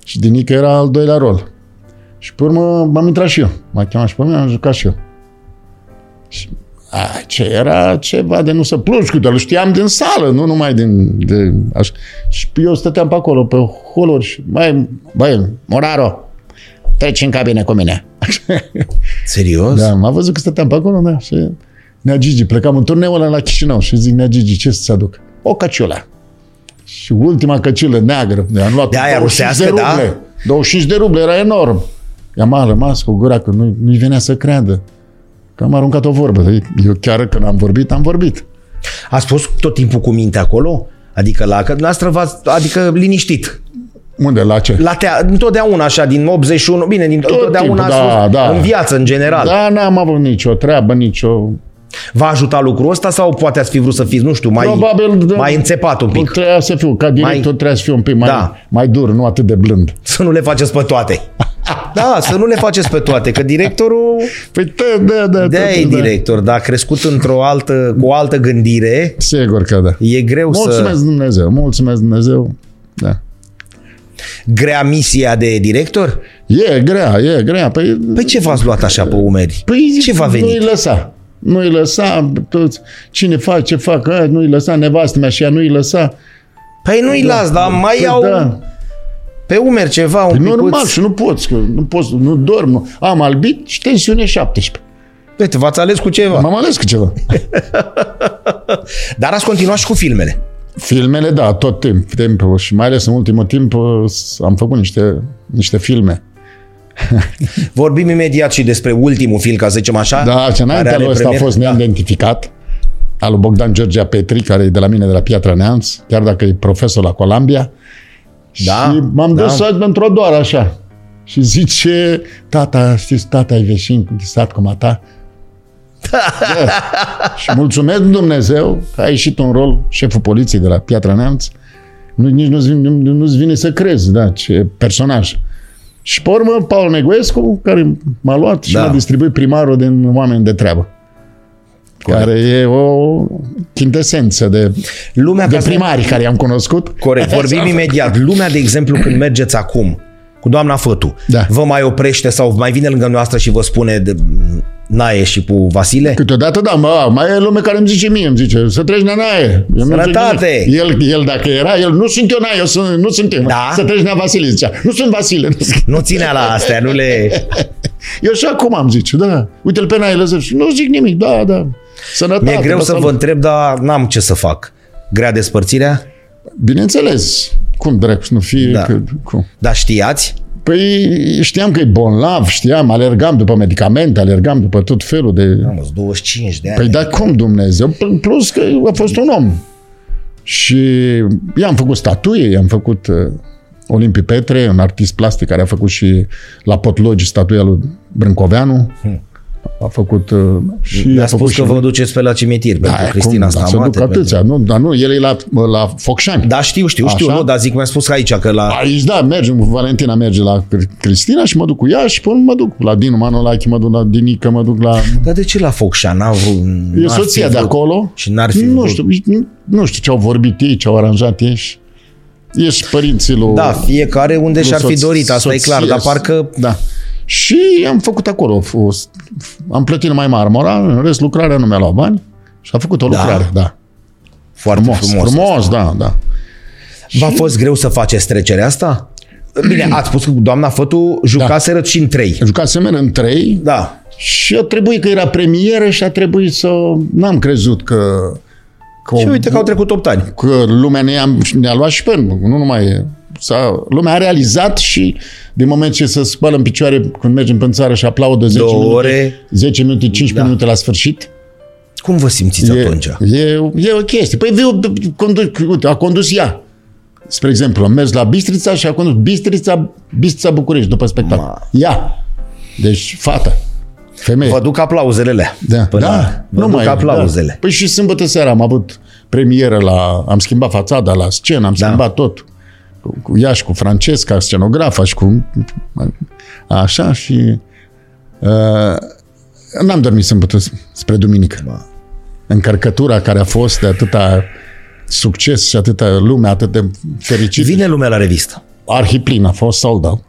Speaker 2: și Dinică era al doilea rol. Și pe urmă m-am intrat și eu. M-a chemat și pe mine, am jucat și eu. A, ce era ceva de nu să plângi cu dar îl știam din sală, nu numai din... De, așa. Și eu stăteam pe acolo, pe holuri și, băi, băi, Moraro, treci în cabine cu mine.
Speaker 1: Serios?
Speaker 2: Da, m-a văzut că stăteam pe acolo, da, și Nea Gigi, plecam în turneul ăla la Chișinău și zic, Nea Gigi, ce să-ți aduc? O căciulă. Și ultima căciulă neagră, de am luat
Speaker 1: De aia
Speaker 2: 25 de
Speaker 1: rusească, da?
Speaker 2: ruble. 25 de ruble, era enorm. I-am rămas cu gura că nu, nu-i venea să creadă. Că am aruncat o vorbă. Păi, Eu chiar când am vorbit, am vorbit.
Speaker 1: Ați fost tot timpul cu minte acolo? Adică la că noastră v-ați, adică liniștit.
Speaker 2: Unde, la ce?
Speaker 1: La tea, întotdeauna așa, din 81, bine, din Tot întotdeauna
Speaker 2: timpul,
Speaker 1: ați
Speaker 2: da,
Speaker 1: fost,
Speaker 2: da.
Speaker 1: în viață, în general. Da.
Speaker 2: Da, n-am avut nicio treabă, nicio...
Speaker 1: V-a ajutat lucrul ăsta sau poate ați fi vrut să fiți, nu știu, mai,
Speaker 2: Probabil, da.
Speaker 1: mai înțepat un pic?
Speaker 2: Trebuia să fiu, ca director
Speaker 1: Mai-
Speaker 2: trebuia să fiu un pic mai,
Speaker 1: Da.
Speaker 2: mai dur, nu atât de blând.
Speaker 1: Să nu le faceți pe toate. Da, să nu le faceți pe toate, că directorul
Speaker 2: Păi, da, da, da.
Speaker 1: de
Speaker 2: da,
Speaker 1: e
Speaker 2: da.
Speaker 1: director, dar a crescut într-o altă, cu o altă gândire,
Speaker 2: Sigur că da.
Speaker 1: e greu
Speaker 2: Mulțumesc
Speaker 1: să...
Speaker 2: Dumnezeu, mulțumesc Dumnezeu. Da.
Speaker 1: Grea misia de director?
Speaker 2: E grea, e grea. Păi,
Speaker 1: Păi ce v-ați luat așa pe umeri? ce v-a venit?
Speaker 2: Nu-i lăsa. Nu-i lăsa, toți, cine fac, ce fac, a, nu-i lăsa, nevastă mea și ea nu-i lăsa.
Speaker 1: Păi nu-i las, dar mai iau
Speaker 2: Da.
Speaker 1: pe umeri ceva, un
Speaker 2: E
Speaker 1: picuț.
Speaker 2: normal și nu poți, că nu poți, nu dorm. Nu. Am albit și tensiune 17.
Speaker 1: Uite, v-ați ales cu ceva.
Speaker 2: M-am ales cu ceva.
Speaker 1: Dar ați continuat și cu filmele.
Speaker 2: Filmele, da, tot timp, timpul și mai ales în ultimul timp am făcut niște, niște filme.
Speaker 1: Vorbim imediat și despre ultimul film, ca să zicem așa.
Speaker 2: Da,
Speaker 1: care
Speaker 2: ce înainte
Speaker 1: are da.
Speaker 2: lui ăsta a
Speaker 1: premier-
Speaker 2: fost neidentificat, al lui Bogdan Georgia Petri, care e de la mine, de la Piatra Neamț, chiar dacă e profesor la Columbia.
Speaker 1: Da,
Speaker 2: și m-am
Speaker 1: da.
Speaker 2: dus să într-o doară așa. Și zice, tata, știți, tata e veșin de sat cu mata. Da. și mulțumesc Dumnezeu că a ieșit un rol șeful poliției de la Piatra Neamț. Nu, nici nu-ți vine, nu, nu-ți vine să crezi, da, ce personaj. Și pe urmă, Paul Negoescu, care m-a luat și
Speaker 1: Da.
Speaker 2: m-a distribuit primarul din Oameni de Treabă.
Speaker 1: Corect.
Speaker 2: Care e o chintesență de,
Speaker 1: Lumea
Speaker 2: de
Speaker 1: ca să-
Speaker 2: primari care i-am cunoscut.
Speaker 1: Corect, vorbim imediat. Lumea, de exemplu, când mergeți acum cu doamna Fătu,
Speaker 2: Da.
Speaker 1: vă mai oprește sau mai vine lângă noastră și vă spune de... Nae și cu Vasile?
Speaker 2: Câteodată, da, mă, mai e lume care îmi zice mie, îmi zice, să treci nanaie. Eu nu zic
Speaker 1: Sănătate!
Speaker 2: nimic. El, el, dacă era, el, nu sunt eu, na, eu sunt, nu sunt eu.
Speaker 1: Da.
Speaker 2: Să treci na Vasile, zicea. Nu sunt Vasile. Nu sunt.
Speaker 1: Nu ținea la astea, nu le...
Speaker 2: Eu și acum am zice, da. Uite-l pe Nae Lăzăr. Nu zic nimic, da, da. Sănătate.
Speaker 1: Mi-e greu
Speaker 2: vă
Speaker 1: să
Speaker 2: salut.
Speaker 1: vă întreb, dar n-am ce să fac. Grea despărțirea?
Speaker 2: Bineînțeles. Cum drept, nu fi...
Speaker 1: Da.
Speaker 2: Că, cum?
Speaker 1: Dar știați?
Speaker 2: Păi știam că e bolnav, știam, alergam după medicamente, alergam după tot felul de...
Speaker 1: Am 25 de ani.
Speaker 2: Păi da, cum Dumnezeu? P- Plus că a fost un om. Și i-am făcut statuie, i-am făcut uh, Olimpi Petre, un artist plastic care a făcut și la Potlogi statuia lui Brâncoveanu. A făcut uh, și
Speaker 1: Hmm. Mi-a
Speaker 2: a făcut
Speaker 1: spus
Speaker 2: și
Speaker 1: că vă duceți pe la cimitir da, pentru Cristina
Speaker 2: cum, da, se
Speaker 1: Stamate.
Speaker 2: duc
Speaker 1: pentru-
Speaker 2: atâția, nu, dar nu, el e la, la Focșani.
Speaker 1: Da, știu, știu, știu,
Speaker 2: Așa?
Speaker 1: nu, dar zic, mi-a spus că aici, că la...
Speaker 2: Aici, da, mergem, cu Valentina merge la Cr- Cristina și mă duc cu ea și până mă duc la Dinu Manolache, mă duc la Dinică, mă duc la...
Speaker 1: Dar de ce la Focșa? N-a vrut,
Speaker 2: E
Speaker 1: n-ar fi
Speaker 2: soția de
Speaker 1: vrut.
Speaker 2: acolo.
Speaker 1: Și n-ar fi
Speaker 2: Nu
Speaker 1: vrut.
Speaker 2: știu, nu- nu știu ce au vorbit ei, ce au aranjat ei și... Ești părinții lui...
Speaker 1: Da, fiecare unde
Speaker 2: lui
Speaker 1: și-ar fi
Speaker 2: soț-
Speaker 1: dorit, asta e
Speaker 2: soție.
Speaker 1: clar, dar parcă...
Speaker 2: Da. Și am făcut acolo, o- o- am plătit numai marmora, în rest lucrarea nu mi-a luat bani și a făcut o
Speaker 1: Da.
Speaker 2: lucrare, da.
Speaker 1: Foarte
Speaker 2: Frumos,
Speaker 1: frumos.
Speaker 2: frumos, da, da.
Speaker 1: V-a fost greu să faceți trecerea asta? Bine, ați spus că cu doamna Fătu jucaseră și în trei.
Speaker 2: Jucasem în trei,
Speaker 1: Da.
Speaker 2: Și a trebuit că era premieră și a trebuit să... N-am crezut că... că
Speaker 1: Și uite că au trecut 8 ani.
Speaker 2: Că lumea ne-a, ne-a luat și pe noi, nu numai... S-a, lumea a realizat și din moment ce se spală în picioare când mergem pe țară și aplaudă 10
Speaker 1: Două
Speaker 2: minute,
Speaker 1: ore.
Speaker 2: 10 minute, 15 da. minute la sfârșit,
Speaker 1: Cum vă simțiți
Speaker 2: e,
Speaker 1: atunci?
Speaker 2: e, e o chestie. Păi viu, condu, uite, a condus ea. Spre exemplu, am mers la Bistrița și a condus Bistrița, Bistrița București după spectacol.
Speaker 1: Ma.
Speaker 2: Ea. Deci, fata. Femeie.
Speaker 1: Vă duc aplauzelele.
Speaker 2: Da,
Speaker 1: Până
Speaker 2: da.
Speaker 1: vă duc
Speaker 2: Da.
Speaker 1: aplauzele.
Speaker 2: Păi și sâmbătă seara am avut premieră la... Am schimbat fațada la scenă,
Speaker 1: Da.
Speaker 2: am schimbat tot. Cu, cu ea și cu Francesca, scenografa și cu... Așa și... Uh, n-am dormit sâmbătă s- spre duminică.
Speaker 1: Da.
Speaker 2: Încărcătura care a fost de atâta succes și atâta lume, atât de fericit.
Speaker 1: Vine lumea la revistă.
Speaker 2: Arhiplin a fost sold out.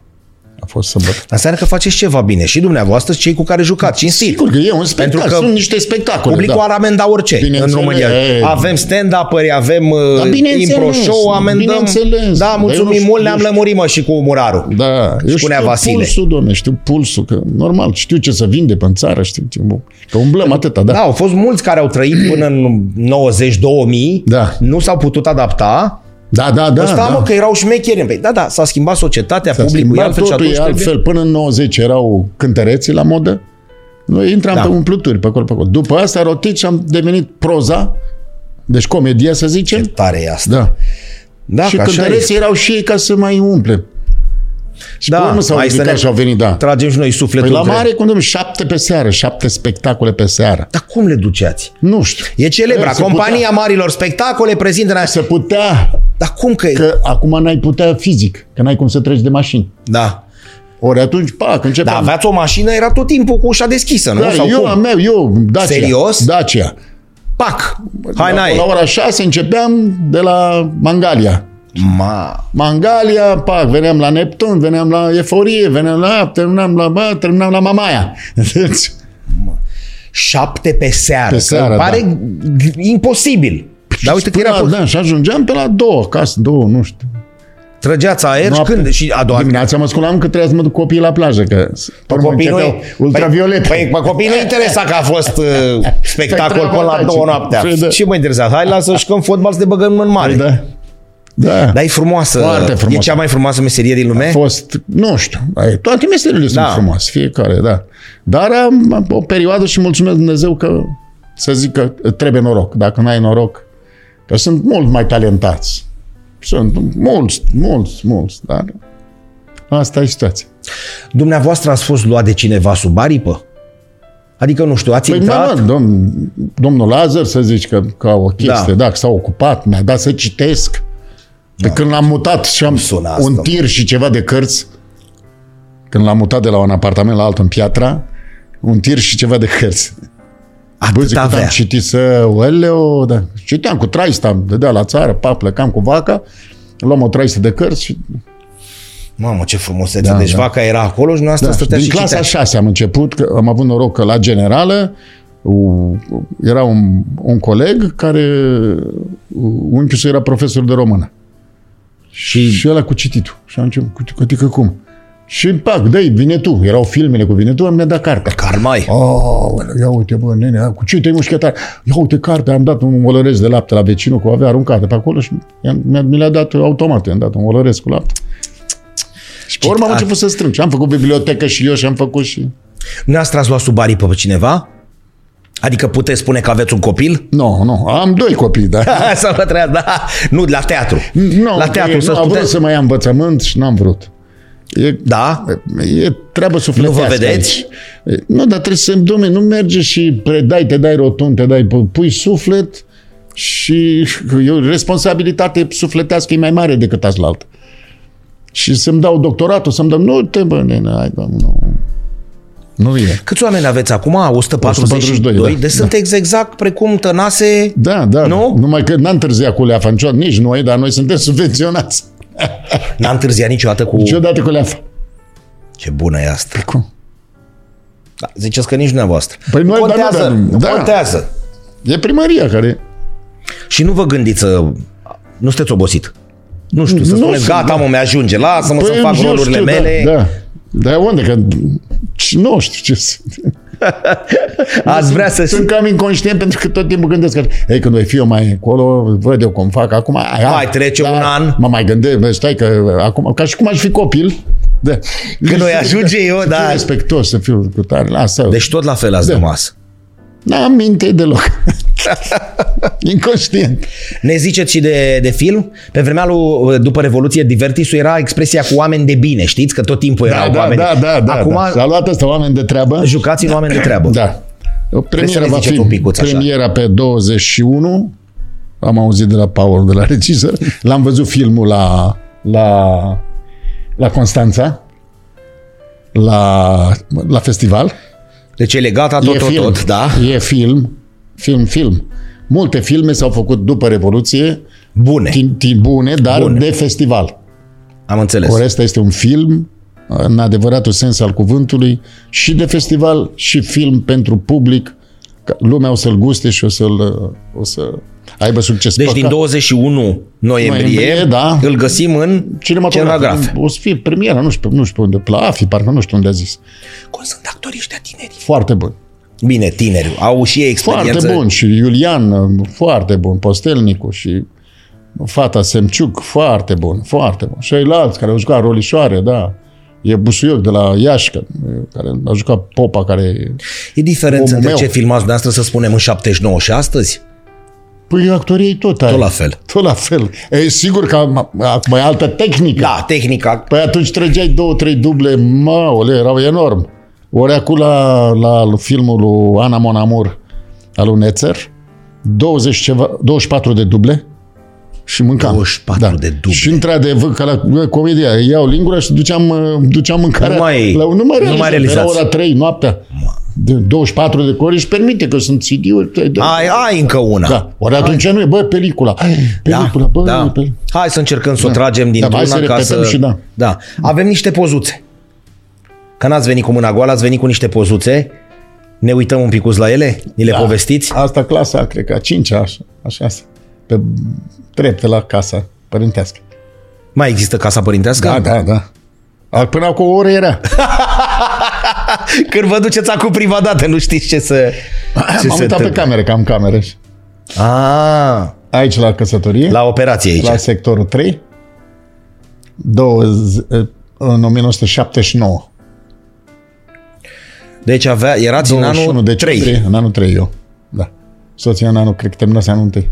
Speaker 2: A fost sâmbătă.
Speaker 1: Înseamnă că faceți ceva bine și dumneavoastră și cei cu care jucați, cinstit.
Speaker 2: Sigur că e un spectacol,
Speaker 1: Pentru că
Speaker 2: sunt niște spectacole. da.
Speaker 1: Publicul ar amenda orice în
Speaker 2: Bineînțeles.
Speaker 1: România. Avem stand-up-uri, avem
Speaker 2: Da,
Speaker 1: uh,
Speaker 2: bineînțeles,
Speaker 1: impro show, amendăm.
Speaker 2: bineînțeles. Dar
Speaker 1: Da,
Speaker 2: eu nu
Speaker 1: mulțumim
Speaker 2: știu-
Speaker 1: mult,
Speaker 2: nu
Speaker 1: ne-am
Speaker 2: știu.
Speaker 1: lămurit mă și cu murarul.
Speaker 2: Da, eu
Speaker 1: Spunea
Speaker 2: știu
Speaker 1: Vasile.
Speaker 2: pulsul, domne, știu pulsul, că normal, știu ce să vinde pe țară, știu ce, că umblăm atâta, da.
Speaker 1: Da, au fost mulți care au trăit până în 90-2000,
Speaker 2: Da.
Speaker 1: nu s-au putut adapta.
Speaker 2: Da, da, da.
Speaker 1: Ăsta, da.
Speaker 2: da.
Speaker 1: mă, că erau șmecheri. Păi, da, da, s-a schimbat societatea,
Speaker 2: S-a
Speaker 1: publicul, e
Speaker 2: schimbat
Speaker 1: altfel și
Speaker 2: totul
Speaker 1: atunci
Speaker 2: e
Speaker 1: trebuie-
Speaker 2: altfel. Până în 90 erau cântăreții la modă. Noi intram
Speaker 1: Da.
Speaker 2: pe umpluturi, pe acolo, pe acolo. După asta, rotit și am devenit proza, deci comedia, să zicem.
Speaker 1: Tare e asta.
Speaker 2: Da.
Speaker 1: Da,
Speaker 2: și
Speaker 1: că așa e.
Speaker 2: cântăreții erau și ei ca să mai umple. Și
Speaker 1: Da,
Speaker 2: pe urmă s-au
Speaker 1: hai să
Speaker 2: ridicat
Speaker 1: ne-
Speaker 2: și au venit, da.
Speaker 1: Tragem și noi sufletul.
Speaker 2: Păi la
Speaker 1: între-
Speaker 2: mare, cum domnule, șapte pe seară, șapte spectacole pe seară.
Speaker 1: Dar cum le duceați?
Speaker 2: Nu știu.
Speaker 1: E celebra.
Speaker 2: Ei, Păi, se
Speaker 1: Compania
Speaker 2: putea.
Speaker 1: marilor spectacole prezintă...
Speaker 2: Se putea
Speaker 1: Dar cum că... că...
Speaker 2: că acum n-ai putea fizic, că n-ai cum să treci de mașini.
Speaker 1: Da.
Speaker 2: Ori atunci, pac, începem.
Speaker 1: Da, aveați o mașină, era tot timpul cu ușa deschisă, nu?
Speaker 2: Da,
Speaker 1: Sau
Speaker 2: eu
Speaker 1: cum?
Speaker 2: am meu, eu, Dacia.
Speaker 1: Serios?
Speaker 2: Dacia.
Speaker 1: Pac! Hai,
Speaker 2: Da, la, la
Speaker 1: n
Speaker 2: ora 6 începeam de la Mangalia.
Speaker 1: Ma...
Speaker 2: Mangalia, pac, veneam la Neptun, veneam la Eforie, veneam la, terminam la, bă, terminam la Mamaia. Deci,
Speaker 1: Șapte pe seară.
Speaker 2: Pe
Speaker 1: că
Speaker 2: seară,
Speaker 1: pare
Speaker 2: da.
Speaker 1: g- imposibil. Dar uite că
Speaker 2: până
Speaker 1: era...
Speaker 2: la, da, și ajungeam pe la două, acasă, două, nu știu.
Speaker 1: Trăgeați aer și
Speaker 2: Noapte.
Speaker 1: când? Și a doua...
Speaker 2: Dimineața mă sculam că trebuia să mă duc copiii la plajă, că pe urmă
Speaker 1: Copiii
Speaker 2: începeau
Speaker 1: nu-i-
Speaker 2: ultraviolet.
Speaker 1: Păi, păi copiii nu interesa că a fost uh, spectacol
Speaker 2: Păi,
Speaker 1: până la
Speaker 2: da,
Speaker 1: două
Speaker 2: ce-
Speaker 1: noaptea.
Speaker 2: Păi, da.
Speaker 1: Ce mă interesa? Hai, lasă și că în fotbal să ne băgăm în mare.
Speaker 2: da. Da.
Speaker 1: Dar e frumoasă.
Speaker 2: Foarte frumoasă.
Speaker 1: E cea mai frumoasă meserie din lume?
Speaker 2: fost, nu știu, ai- toate meserile sunt
Speaker 1: Da.
Speaker 2: frumoase, fiecare, da. Dar am, am o perioadă și mulțumesc Dumnezeu că, să zic că trebuie noroc. Dacă n-ai noroc, că sunt mult mai talentați. Sunt mulți, mulți, mulți, dar asta e situația.
Speaker 1: Dumneavoastră ați fost luat de cineva sub aripă? Adică, nu știu, ați
Speaker 2: Păi,
Speaker 1: intrat?
Speaker 2: da, domn, domnul Lazar, să zici că, că au o chestie,
Speaker 1: Da.
Speaker 2: da. dacă s-a ocupat, mi-a dat să citesc. Pe când l-am mutat și am
Speaker 1: sună asta.
Speaker 2: un tir și ceva de cărți, când l-am mutat de la un apartament la altul în Piatra, un tir și ceva de cărți. Bă,
Speaker 1: Atât
Speaker 2: zic, da, cât
Speaker 1: avea.
Speaker 2: am citit să... Oleu, da. Citeam cu traista, îmi dădea la țară, pa, plecam cu vaca, luam o traistă de cărți și
Speaker 1: Mamă, ce frumusețe. Da, deci
Speaker 2: da.
Speaker 1: vaca era acolo și noastră da. stătea
Speaker 2: Din
Speaker 1: și
Speaker 2: clasa
Speaker 1: citea.
Speaker 2: 6 am început, că am avut noroc că la generală u- era un, un coleg care u- unchiul său era profesor de română. Și, și ăla cu cititul. Și am început, cu- cu- adică cum? Și pac, dă vine tu. Erau filmele cu vine tu, am ne dat cartea.
Speaker 1: Carmai.
Speaker 2: Oh, ia uite, bă, nene, cu ce te-ai mușchetar? Ia uite cartea, am dat un olăresc de lapte la vecinul, că o avea aruncată pe acolo și i-am- mi-a- mi le-a dat automat, i-am dat un olăresc cu lapte. Și pe urmă am
Speaker 1: Citat.
Speaker 2: început să strâng și am făcut bibliotecă și eu și am făcut și...
Speaker 1: Dumneavoastră ați luat sub aripă pe cineva? Adică puteți spune că aveți un copil?
Speaker 2: Nu, nu, am doi copii, da.
Speaker 1: Să vă trăiați, da. Nu, la teatru.
Speaker 2: Nu,
Speaker 1: la teatru
Speaker 2: e-
Speaker 1: să
Speaker 2: nu am vrut
Speaker 1: puteți...
Speaker 2: să mai am învățământ și n-am vrut. E,
Speaker 1: Da?
Speaker 2: e treabă sufletească.
Speaker 1: Nu vă vedeți?
Speaker 2: aici. E, Nu, dar trebuie să domne, nu merge și predai, te dai rotund, te dai, pu- pui suflet și e o responsabilitate sufletească e mai mare decât altă. Și să-mi dau doctoratul, să-mi dau... Nu te bă, nene, hai, bă, nu. Nu e.
Speaker 1: Câți oameni aveți acum? 142.
Speaker 2: 142, da.
Speaker 1: Deci sunteți exact precum tănase...
Speaker 2: Da, da.
Speaker 1: Nu?
Speaker 2: Numai că n-am târziat cu leafa niciodată, nici noi, dar noi suntem subvenționați.
Speaker 1: N-a întârziat niciodată cu...
Speaker 2: Niciodată cu leafa.
Speaker 1: Ce bună e asta.
Speaker 2: Cum?
Speaker 1: Da, ziceți că nici dumneavoastră.
Speaker 2: Păi noi, dar nu,
Speaker 1: contează,
Speaker 2: dar nu. Da.
Speaker 1: contează.
Speaker 2: E primăria care...
Speaker 1: Și nu vă gândiți să... Nu sunteți obosit. Nu știu, să
Speaker 2: Nu
Speaker 1: spuneți,
Speaker 2: sunt, da." Păi
Speaker 1: gata, mă, mi-ajunge, lasă-mă să
Speaker 2: eu
Speaker 1: fac
Speaker 2: știu,
Speaker 1: rolurile
Speaker 2: știu,
Speaker 1: mele.
Speaker 2: Da, da. Dar unde? Că ci- nu știu ce sunt.
Speaker 1: Ați vrea să...
Speaker 2: da, Sunt cam inconștient pentru că tot timpul gândesc că, ei, când voi fi eu mai acolo, văd eu cum fac acum. Aia, da,
Speaker 1: Mai trece un an.
Speaker 2: Mă mai gândesc, bă, stai că acum, ca și cum aș fi copil. Da.
Speaker 1: Când noi ajunge eu,
Speaker 2: Da.
Speaker 1: da.
Speaker 2: respectos să fiu cu tare. Lasă. Deci...
Speaker 1: Deci tot la fel ați
Speaker 2: Da.
Speaker 1: rămas.
Speaker 2: N-am minte deloc. Inconștient.
Speaker 1: Ne ziceți și de, de film. Pe vremea lui, după Revoluție, divertisul era expresia cu oameni de bine, știți? Că tot timpul erau
Speaker 2: Da, da,
Speaker 1: oameni.
Speaker 2: da, da, da.
Speaker 1: Acum
Speaker 2: da. S-a luat ăsta oameni de treabă.
Speaker 1: jucați în oameni de treabă.
Speaker 2: Da. O
Speaker 1: să
Speaker 2: premiera
Speaker 1: ne
Speaker 2: va
Speaker 1: ziceți
Speaker 2: fi
Speaker 1: un picuț așa.
Speaker 2: premiera pe 21. Am auzit de la Paul, de la regizor. L-am văzut filmul la, la, la Constanța, la, la festival.
Speaker 1: Deci e legata tot, tot,
Speaker 2: film.
Speaker 1: tot, da?
Speaker 2: E film, film, film. Multe filme s-au făcut după Revoluție,
Speaker 1: Bune,
Speaker 2: din, din bune, dar
Speaker 1: Bune.
Speaker 2: Bun. de festival.
Speaker 1: am înțeles.
Speaker 2: Ori ăsta este un film, în adevăratul sens al cuvântului, și de festival, și film pentru public. Ca- Lumea o să-l guste și o să-l o să aibă succes.
Speaker 1: Deci
Speaker 2: Păcat.
Speaker 1: din 21 noiembrie,
Speaker 2: Noiembrie, da.
Speaker 1: îl găsim în
Speaker 2: cinematograf.
Speaker 1: cinematograf.
Speaker 2: O să fie premiera, nu știu, nu știu unde, la AFI, parcă nu știu unde a zis.
Speaker 1: Cum sunt actorii ăștia tineri?
Speaker 2: Foarte bun.
Speaker 1: Bine, tineri, au și ei experiență.
Speaker 2: Foarte bun. Și Iulian, foarte bun. Postelnicu și fata Semciuc, foarte bun. Foarte bun. Și ei alți care au jucat rolișoare, da. E Busuioc de la Iași, că- care a jucat Popa, care
Speaker 1: E diferență
Speaker 2: Omul
Speaker 1: între
Speaker 2: meu.
Speaker 1: ce filmați dumneavoastră, să spunem, în 79 și astăzi?
Speaker 2: Păi actorii ei tot aia.
Speaker 1: Tot la fel.
Speaker 2: Tot la fel. E, sigur că am- acum e altă tehnică.
Speaker 1: Da, tehnica.
Speaker 2: Păi atunci trăgeai două, trei duble, maule, erau enorm. Ori acum la, la filmul lui Ana Monamur, al lui Nețer, 20 ceva, 24 de duble și mâncam. Da.
Speaker 1: 24 de duble.
Speaker 2: Și într-adevăr, ca la comedia, iau lingura și duceam, uh, duceam mâncarea.
Speaker 1: Nu mai-
Speaker 2: la, nu mai,
Speaker 1: nu mai
Speaker 2: Era
Speaker 1: realizați.
Speaker 2: ora 3 noaptea. De 24 de ore își permite că sunt CD-uri.
Speaker 1: Ai, ai încă una.
Speaker 2: Da. Ori atunci nu e, bă, pelicula. Pelicula, bă,
Speaker 1: da.
Speaker 2: pe...
Speaker 1: Hai să încercăm să o tragem din
Speaker 2: Da,
Speaker 1: una
Speaker 2: hai să
Speaker 1: ca
Speaker 2: repetăm
Speaker 1: să...
Speaker 2: și da.
Speaker 1: da. Avem niște pozuțe. Că n-ați venit cu mâna goală, ați venit cu niște pozuțe. Ne uităm un picuț la ele? Ni le da. povestiți?
Speaker 2: Asta clasa, cred că a cincea, așa, așa asta. Pe trepte la casa părintească.
Speaker 1: Mai există casa părintească?
Speaker 2: Da, da, da. A, Până acum o oră era.
Speaker 1: Când vă duceți acum prima dată, nu știți ce să... Ce
Speaker 2: M-am uitat pe cameră, că am cameră. și-
Speaker 1: A,
Speaker 2: Aici la căsătorie, la,
Speaker 1: Ah, la operație aici.
Speaker 2: la sectorul 3, 20, în 1979.
Speaker 1: Deci avea, erați în
Speaker 2: 21
Speaker 1: anul
Speaker 2: decembrie,
Speaker 1: 3.
Speaker 2: În anul 3 eu, da. Soția în anul, cred că terminase anul 1.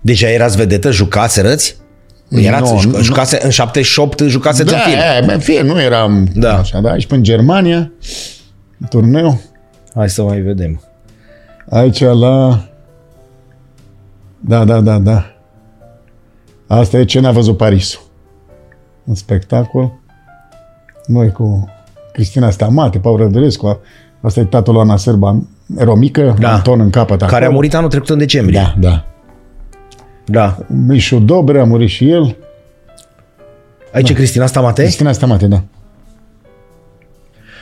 Speaker 1: Deja erați vedetă, jucați răți? Erați,
Speaker 2: Nu,
Speaker 1: no,
Speaker 2: nu.
Speaker 1: jucase, în 78 jucați
Speaker 2: Da,
Speaker 1: în film.
Speaker 2: aia, bă, fie, nu eram
Speaker 1: Da.
Speaker 2: da. așa, da. Aici până în Germania, turneu,
Speaker 1: Hai să mai vedem.
Speaker 2: aici la... Da, da, da, da. Asta e ce n-a văzut Parisul. Un spectacol. Noi cu Cristina Stamate, Paul Rădulescu, asta e tatăl lui Ana Sârba, romică,
Speaker 1: Da.
Speaker 2: da. Anton în capăt
Speaker 1: Care a
Speaker 2: acolo.
Speaker 1: murit anul trecut în decembrie.
Speaker 2: Da, da.
Speaker 1: da.
Speaker 2: Mișu Dobre a murit și el.
Speaker 1: Aici e Cristina Stamate,
Speaker 2: Cristina Stamate, da.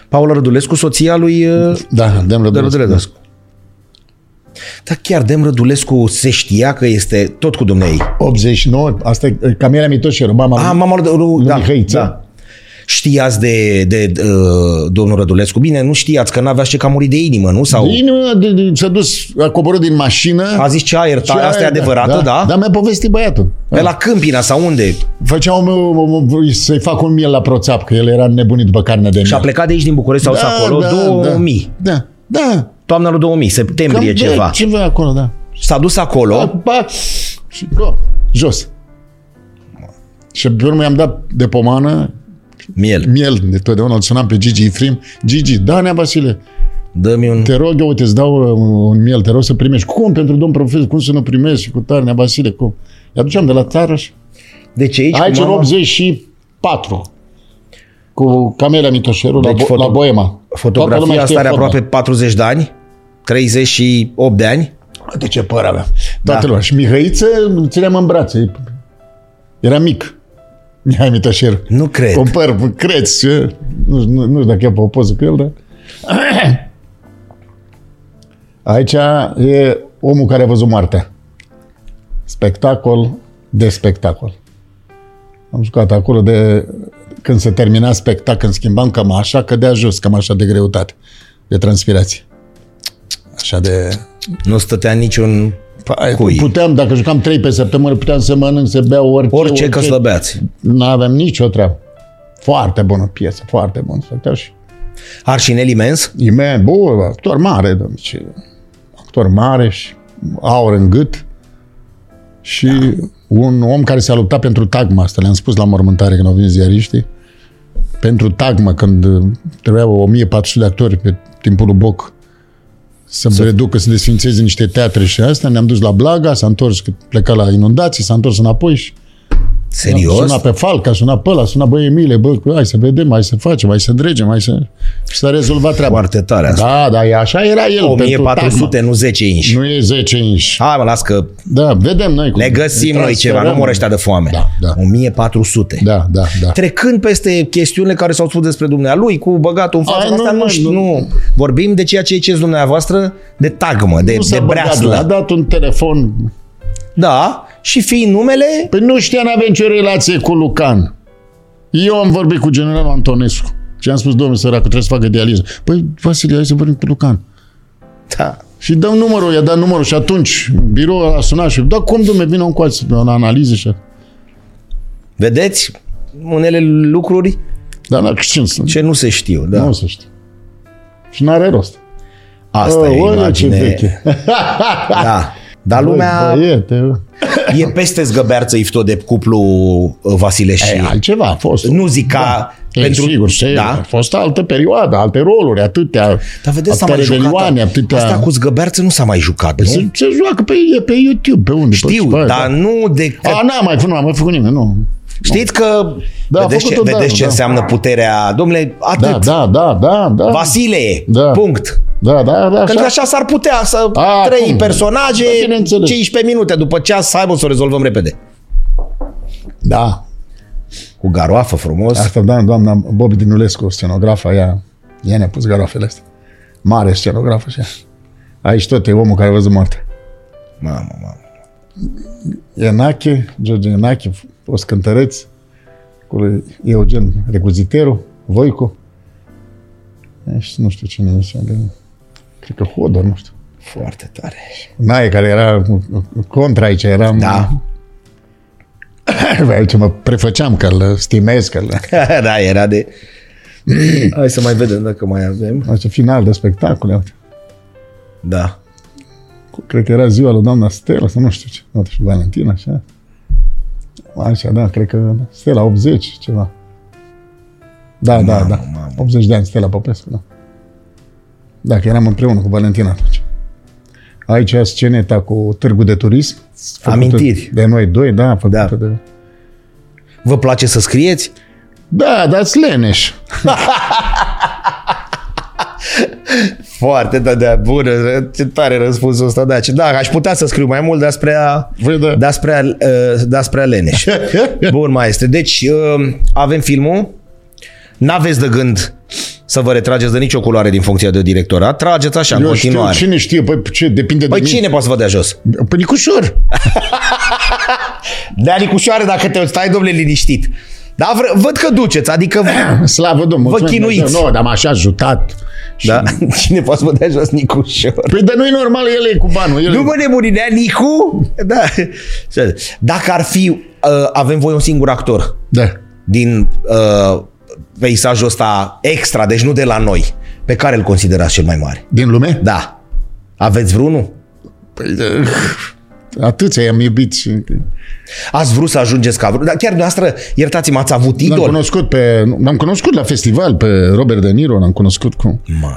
Speaker 1: Paula Rădulescu, soția lui uh,
Speaker 2: Da, Dem
Speaker 1: Rădulescu. da. Dar chiar Dem Rădulescu se știa că este tot cu dumnei.
Speaker 2: 89, asta e Camila Mitoșeru, mama
Speaker 1: A, mama lui da,
Speaker 2: Mihăiță.
Speaker 1: da. Știați de, de, uh, domnul Rădulescu? Bine, nu știați că n-aveați ce că a murit de inimă, nu? Sau
Speaker 2: Inima de, de, s-a dus, a coborât din mașină.
Speaker 1: a zis ce aer,
Speaker 2: Și
Speaker 1: tare, asta e
Speaker 2: aia,
Speaker 1: adevărată, da?
Speaker 2: Dar mi-a povestit băiatul.
Speaker 1: Pe la Câmpina sau unde?
Speaker 2: Făceau să-i fac un miel la proțap, că el era nebunit după carne de miel.
Speaker 1: Și a plecat de aici din București sau da, acolo, da, 2000.
Speaker 2: Da, da. Da.
Speaker 1: Toamna lui 2000, septembrie
Speaker 2: da,
Speaker 1: ceva.
Speaker 2: ceva acolo, da.
Speaker 1: S-a dus acolo.
Speaker 2: Pa, pa, și do, jos. Și pe urmă i-am dat de pomană,
Speaker 1: Miel.
Speaker 2: miel, de totdeauna îl sunam pe Gigi Ifrim. Gigi, da, nea Vasile,
Speaker 1: Dă-mi un...
Speaker 2: te rog, eu uite, îți dau uh, un miel, te rog să primești. Cum, pentru domn profesor, cum să nu primești? Și cu tare, nea Vasile, cum? I aduceam de la țară și...
Speaker 1: Deci aici,
Speaker 2: Aici
Speaker 1: cu
Speaker 2: în
Speaker 1: mama,
Speaker 2: 84. Cu Camelia Mitoșeru
Speaker 1: Deci
Speaker 2: la, Bo-
Speaker 1: foto-
Speaker 2: la Boema. Toată lumea
Speaker 1: fotografia
Speaker 2: știe
Speaker 1: asta are
Speaker 2: forma.
Speaker 1: aproape 40 de ani, 38 de ani.
Speaker 2: De ce păr avea?
Speaker 1: Da.
Speaker 2: Toată lumea. Și Mihăiță îl țineam în brațe. Era mic. Mihai Mitoșeru.
Speaker 1: Nu cred.
Speaker 2: Cu un păr, creți. ce? Nu, nu, nu știu dacă e pe o poză cu el, dar... Aici e omul care a văzut moartea. Spectacol de spectacol. Am jucat acolo de când se termina spectacol, când schimbam cămașa, cădea jos cămașa de greutate, de transpirație. Așa de...
Speaker 1: Nu stătea niciun
Speaker 2: Păi,
Speaker 1: cui.
Speaker 2: Puteam, dacă jucam trei pe săptămână, puteam să mănânc, să beau orice.
Speaker 1: Orice că slăbeați.
Speaker 2: Nu aveam nicio treabă. Foarte bună piesă, foarte bună. Spectacol și
Speaker 1: Arșinel imens.
Speaker 2: Ime, bă, actor mare, domn, și actor mare și aur în gât și un om care s-a luptat pentru tagma asta, le-am spus la mormântare când au venit ziariștii, pentru tagma, când uh, trebuiau 1400 de actori pe timpul lui Boc să se reducă, să desfințeze niște teatre și astea, ne-am dus la Blaga, s-a întors, că pleca la inundații, s-a întors înapoi și
Speaker 1: Serios?
Speaker 2: Suna pe Falca, suna pe ăla, suna bă Emile, bă, hai să vedem, hai să facem, hai să dregem, hai să... Și s-a rezolvat treaba.
Speaker 1: Foarte tare asta.
Speaker 2: Da, da, e așa era el. pentru
Speaker 1: 1400,
Speaker 2: Tagma.
Speaker 1: nu 10 inși.
Speaker 2: Nu e 10 inși.
Speaker 1: Hai mă, las că
Speaker 2: Da, vedem noi. Cum
Speaker 1: le găsim
Speaker 2: ne
Speaker 1: noi ceva, nu
Speaker 2: transferăm.
Speaker 1: mor ăștia de foame.
Speaker 2: Da, da.
Speaker 1: 1400.
Speaker 2: Da, da, da.
Speaker 1: Trecând peste chestiunile care s-au spus despre dumnealui, cu băgatul în față,
Speaker 2: Ai,
Speaker 1: Ai, asta
Speaker 2: nu,
Speaker 1: nu,
Speaker 2: nu,
Speaker 1: nu,
Speaker 2: nu.
Speaker 1: nu, Vorbim de ceea ce ziceți dumneavoastră, de tagmă, de,
Speaker 2: Nu s-a
Speaker 1: de
Speaker 2: băgat,
Speaker 1: breaslă.
Speaker 2: A dat un telefon.
Speaker 1: Da, și fiind numele,
Speaker 2: Păi nu știa, n-avea nicio relație cu Lucan. Eu am vorbit cu generalul Antonescu. Și am spus, domnule săracu, trebuie să facă dializă. Păi, Vasile, hai să vorbim cu Lucan.
Speaker 1: da,
Speaker 2: Și dăm numărul, i-a dat numărul și atunci biroul a sunat și da, cum, domne, vine un coaț, o analiză și
Speaker 1: vedeți unele lucruri
Speaker 2: Dar n-ar ce înseamnă?
Speaker 1: ce nu se știu. Da.
Speaker 2: Nu se știe. Și n-are rost.
Speaker 1: Asta e
Speaker 2: Aoleu,
Speaker 1: imagine.
Speaker 2: Ah, veche.
Speaker 1: Da. Dar lumea
Speaker 2: Băi, băiete, ă. bă.
Speaker 1: e peste zgăbearță ifto de cuplu uh, Vasile și...
Speaker 2: E altceva a fost.
Speaker 1: nu zic ca...
Speaker 2: E, pentru... sigur, se, da? a
Speaker 1: da?
Speaker 2: fost altă perioadă, alte roluri, atâtea,
Speaker 1: Dar vedeți, s-a
Speaker 2: atâtea
Speaker 1: mai jucat.
Speaker 2: revelioane, atâtea... Păi
Speaker 1: Asta cu zgăbearță nu s-a mai jucat, nu?
Speaker 2: se, se, joacă pe, e pe YouTube, pe unde.
Speaker 1: Știu,
Speaker 2: pe,
Speaker 1: dar
Speaker 2: pe-
Speaker 1: nu de... Că...
Speaker 2: păi da. A, n-am mai făcut, n-am mai făcut nimeni, nu.
Speaker 1: Știți că...
Speaker 2: Da, a
Speaker 1: vedeți ce,
Speaker 2: făcut-o, da,
Speaker 1: vedeți ce
Speaker 2: da.
Speaker 1: înseamnă puterea... Domnule, atât.
Speaker 2: Da, da, da, da, da.
Speaker 1: Vasile,
Speaker 2: Da.
Speaker 1: punct.
Speaker 2: Da, da, da,
Speaker 1: Pentru
Speaker 2: așa.
Speaker 1: că așa s-ar putea să
Speaker 2: A,
Speaker 1: trei
Speaker 2: cum?
Speaker 1: personaje,
Speaker 2: Da, bineînțeles.
Speaker 1: 15 minute după ceas, hai mă să o rezolvăm repede.
Speaker 2: Da.
Speaker 1: Cu garoafă frumos.
Speaker 2: Asta, da, doamna Bobi Dinulescu, scenografa, ea, ea ne-a pus garoafele astea. Mare scenografă și ea. Aici tot e omul care a văzut moarte.
Speaker 1: Mamă, mamă.
Speaker 2: Enache, George Enache, fost cântăreț, cu lui Eugen Recuziteru, Voicu. E, Și nu știu cine e așa de... Cred că Hodor, nu știu.
Speaker 1: Foarte tare.
Speaker 2: Nae, care era contra aici, eram...
Speaker 1: Da.
Speaker 2: Aici mă prefăceam că îl stimez, că îl...
Speaker 1: da, era de... Hai să mai vedem dacă mai avem.
Speaker 2: Așa, final de spectacol, iată.
Speaker 1: Da.
Speaker 2: cred că era ziua lui doamna Stella, sau nu știu ce, nu știu, Valentina, așa. Așa, da, cred că Stella 80, ceva. Da, da, da.
Speaker 1: mamă.
Speaker 2: 80 de ani, Stella Popescu, da. Da, că eram împreună cu Valentina atunci. Aici e sceneta cu târgul de turism. făcută
Speaker 1: Amintiri.
Speaker 2: De noi doi, da, făcută
Speaker 1: Da.
Speaker 2: de...
Speaker 1: Vă place să scrieți?
Speaker 2: Da, dar leneș.
Speaker 1: Foarte, da, da, bună, ce tare răspunsul ăsta, da, ce, da, aș putea să scriu mai mult, dar spre a,
Speaker 2: Voi da.
Speaker 1: dar spre a, uh, dar spre a leneș. Bun, mai este. Deci, uh, avem filmul, n-aveți de gând să vă retrageți de nicio culoare din funcția de directorat, trageți așa, în
Speaker 2: Eu știu,
Speaker 1: continuare.
Speaker 2: cine știe, păi ce, depinde
Speaker 1: Păi
Speaker 2: de mine.
Speaker 1: cine poate să vă dea jos?
Speaker 2: Păi Nicușor.
Speaker 1: Dea Nicușoare dacă te stai, domnule, liniștit. Dar vr- văd că duceți, adică v-
Speaker 2: Slavă Domnului. mulțumesc
Speaker 1: chinuiți.
Speaker 2: Dumnezeu. Nu, dar m-a și ajutat. Și
Speaker 1: da. Cine poate să vă dea jos Nicușor?
Speaker 2: Păi dar nu e normal, el e cu banul. El
Speaker 1: Nu
Speaker 2: nu
Speaker 1: mă nebuninea Nicu? Da. Dacă ar fi, uh, avem voi un singur actor
Speaker 2: Da.
Speaker 1: din uh, peisajul ăsta extra, deci nu de la noi, Pe care îl considerați cel mai mare?
Speaker 2: Din lume?
Speaker 1: Da. Aveți vreunul?
Speaker 2: Păi, atâția i-am iubit. și-
Speaker 1: Ați vrut să ajungeți ca vreun... Dar chiar dumneavoastră, iertați-mă, ați avut
Speaker 2: L-am
Speaker 1: idol?
Speaker 2: cunoscut, pe, l-am cunoscut la festival pe Robert De Niro, l-am cunoscut cu...
Speaker 1: Mă.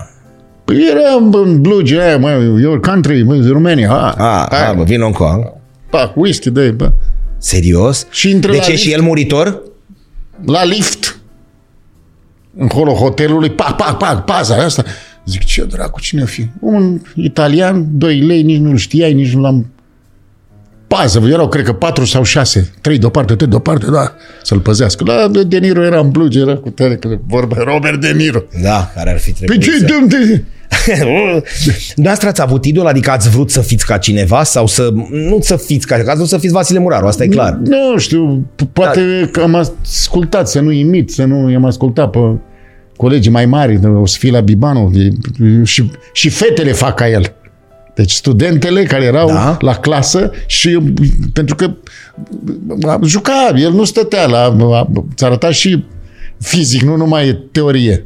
Speaker 2: Păi Eram în blugi aia, mă, your country, mă, Romania, ha,
Speaker 1: A, a, Ah, bă, vin încă.
Speaker 2: pa, whisky, dă bă.
Speaker 1: Serios?
Speaker 2: Și intră
Speaker 1: de
Speaker 2: la
Speaker 1: ce
Speaker 2: lift.
Speaker 1: și el muritor?
Speaker 2: la lift, în holul hotelului, pac, pac, pac, paza asta. Zic, ce dracu, cine o fi? Un italian, 2 lei, nici nu-l știai, nici nu l-am... Pază, erau, cred că, patru sau șase. Trei deoparte, trei deoparte, da, să-l păzească. La De Niro era în blugi, era cu tare, că vorba, Robert De Niro.
Speaker 1: Da, care ar fi
Speaker 2: Pe
Speaker 1: trebuit
Speaker 2: ce
Speaker 1: să...
Speaker 2: dăm Păi de...
Speaker 1: Dumneavoastră ați avut idol? Adică ați vrut să fiți ca cineva sau să... Nu să fiți ca... Că ați vrut să fiți Vasile Muraru, asta e clar.
Speaker 2: Nu știu, p- poate că am ascultat, să nu imit, să nu i-am ascultat pe colegii mai mari, o să fie la Bibanu, e- e- și, și fetele fac ca el. Deci studentele care erau
Speaker 1: Da.
Speaker 2: da. la clasă și pentru că a, juca, el nu stătea la, a, ți arăta și fizic, nu numai teorie.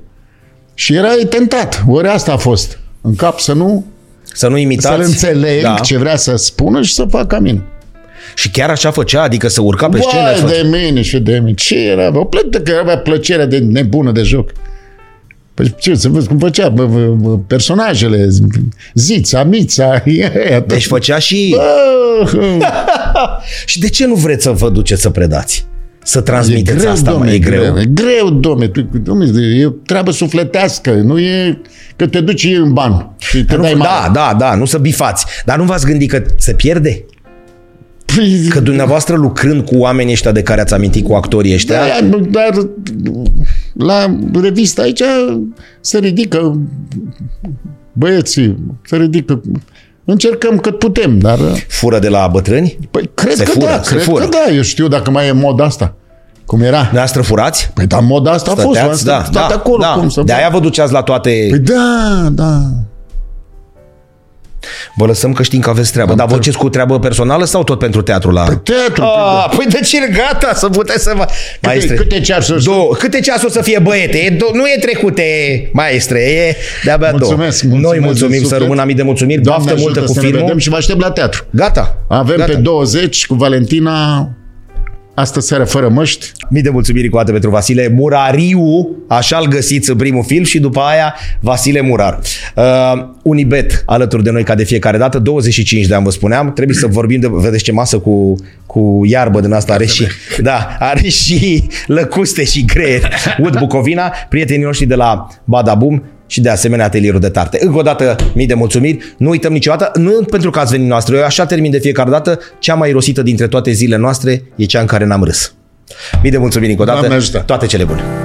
Speaker 2: Și era tentat, ori asta a fost. În cap să nu,
Speaker 1: Să nu imitați.
Speaker 2: să-l înțeleg
Speaker 1: da.
Speaker 2: ce vrea să spună și să fac ca mine.
Speaker 1: Și chiar așa făcea, adică să urca pe scenă.
Speaker 2: Vai
Speaker 1: să-
Speaker 2: de mine și de mine. Ce era? O plătă că avea plăcerea de nebună de joc. Păi ce, să vezi cum făcea bă, bă, bă, personajele, z- Zița, Mița, ea, tot.
Speaker 1: Deci Da, făcea și...
Speaker 2: Bă,
Speaker 1: Și de ce nu vreți să vă duceți să predați? Să transmiteți asta, mă,
Speaker 2: domne,
Speaker 1: e greu.
Speaker 2: E greu, domne, tu, domne, e treabă sufletească, nu e că te duci în ban și te dai
Speaker 1: Nu,
Speaker 2: mare.
Speaker 1: da, da, da, nu să bifați. Dar nu v-ați gândit că se pierde?
Speaker 2: Păi,
Speaker 1: Că dumneavoastră lucrând cu oamenii ăștia de care ați amintit, cu actorii ăștia,
Speaker 2: Da, dar la revista aici se ridică băieții, se ridică. Încercăm cât putem, dar
Speaker 1: fură de la bătrâni?
Speaker 2: păi, cred
Speaker 1: Se
Speaker 2: că
Speaker 1: fură,
Speaker 2: da,
Speaker 1: se
Speaker 2: cred
Speaker 1: fură.
Speaker 2: că da. Eu știu dacă mai e moda asta. Cum era? Da.
Speaker 1: Dumneavoastră furați?
Speaker 2: Păi dar moda asta a fost.
Speaker 1: Stăteați,
Speaker 2: Stăteați,
Speaker 1: da, da,
Speaker 2: acolo,
Speaker 1: da.
Speaker 2: cum să
Speaker 1: de aia
Speaker 2: fac?
Speaker 1: vă duceați la toate...
Speaker 2: Păi da, da.
Speaker 1: Vă lăsăm că știm că aveți treabă. Dar vă duceți cu treabă personală sau tot pentru teatru la... Păi,
Speaker 2: Teatru,
Speaker 1: A, păi de ce gata să puteți să
Speaker 2: Păi
Speaker 1: vă...
Speaker 2: câte,
Speaker 1: Maestre,
Speaker 2: câte ceasuri sunt?
Speaker 1: Două. Câte ceasuri să fie băiete? E do- nu e trecute, maestre, e de-abia
Speaker 2: Mulțumesc,
Speaker 1: două.
Speaker 2: mulțumesc
Speaker 1: Noi mulțumim,
Speaker 2: din
Speaker 1: să
Speaker 2: suflet.
Speaker 1: rămână mii de mulțumiri. Doamne Baftă
Speaker 2: Doamne
Speaker 1: multă
Speaker 2: ajută
Speaker 1: cu
Speaker 2: să ne
Speaker 1: filmul.
Speaker 2: vedem
Speaker 1: Da,
Speaker 2: și vă aștept la teatru.
Speaker 1: Gata.
Speaker 2: Avem
Speaker 1: Gata.
Speaker 2: pe 20 cu Valentina astă seară fără măști.
Speaker 1: Mii de mulțumiri cu toate pentru Vasile Murariu, așa îl găsiți în primul film și după aia Vasile Murar. Uh, Unibet alături de noi ca de fiecare dată, 25 de ani vă spuneam, trebuie să vorbim de, vedeți ce masă cu, cu iarbă din asta are și, da, are și lăcuste și greier. Ud Bucovina, prietenii noștri de la Badabum, și de asemenea atelierul de tarte. Încă o dată, mii de mulțumiri. Nu uităm niciodată, nu pentru că ați venit noastră. Eu așa termin de fiecare dată. Cea mai rosită dintre toate zilele noastre e cea în care n-am râs. Mii de mulțumiri încă o dată.
Speaker 2: Doamne ajută!
Speaker 1: Toate cele bune.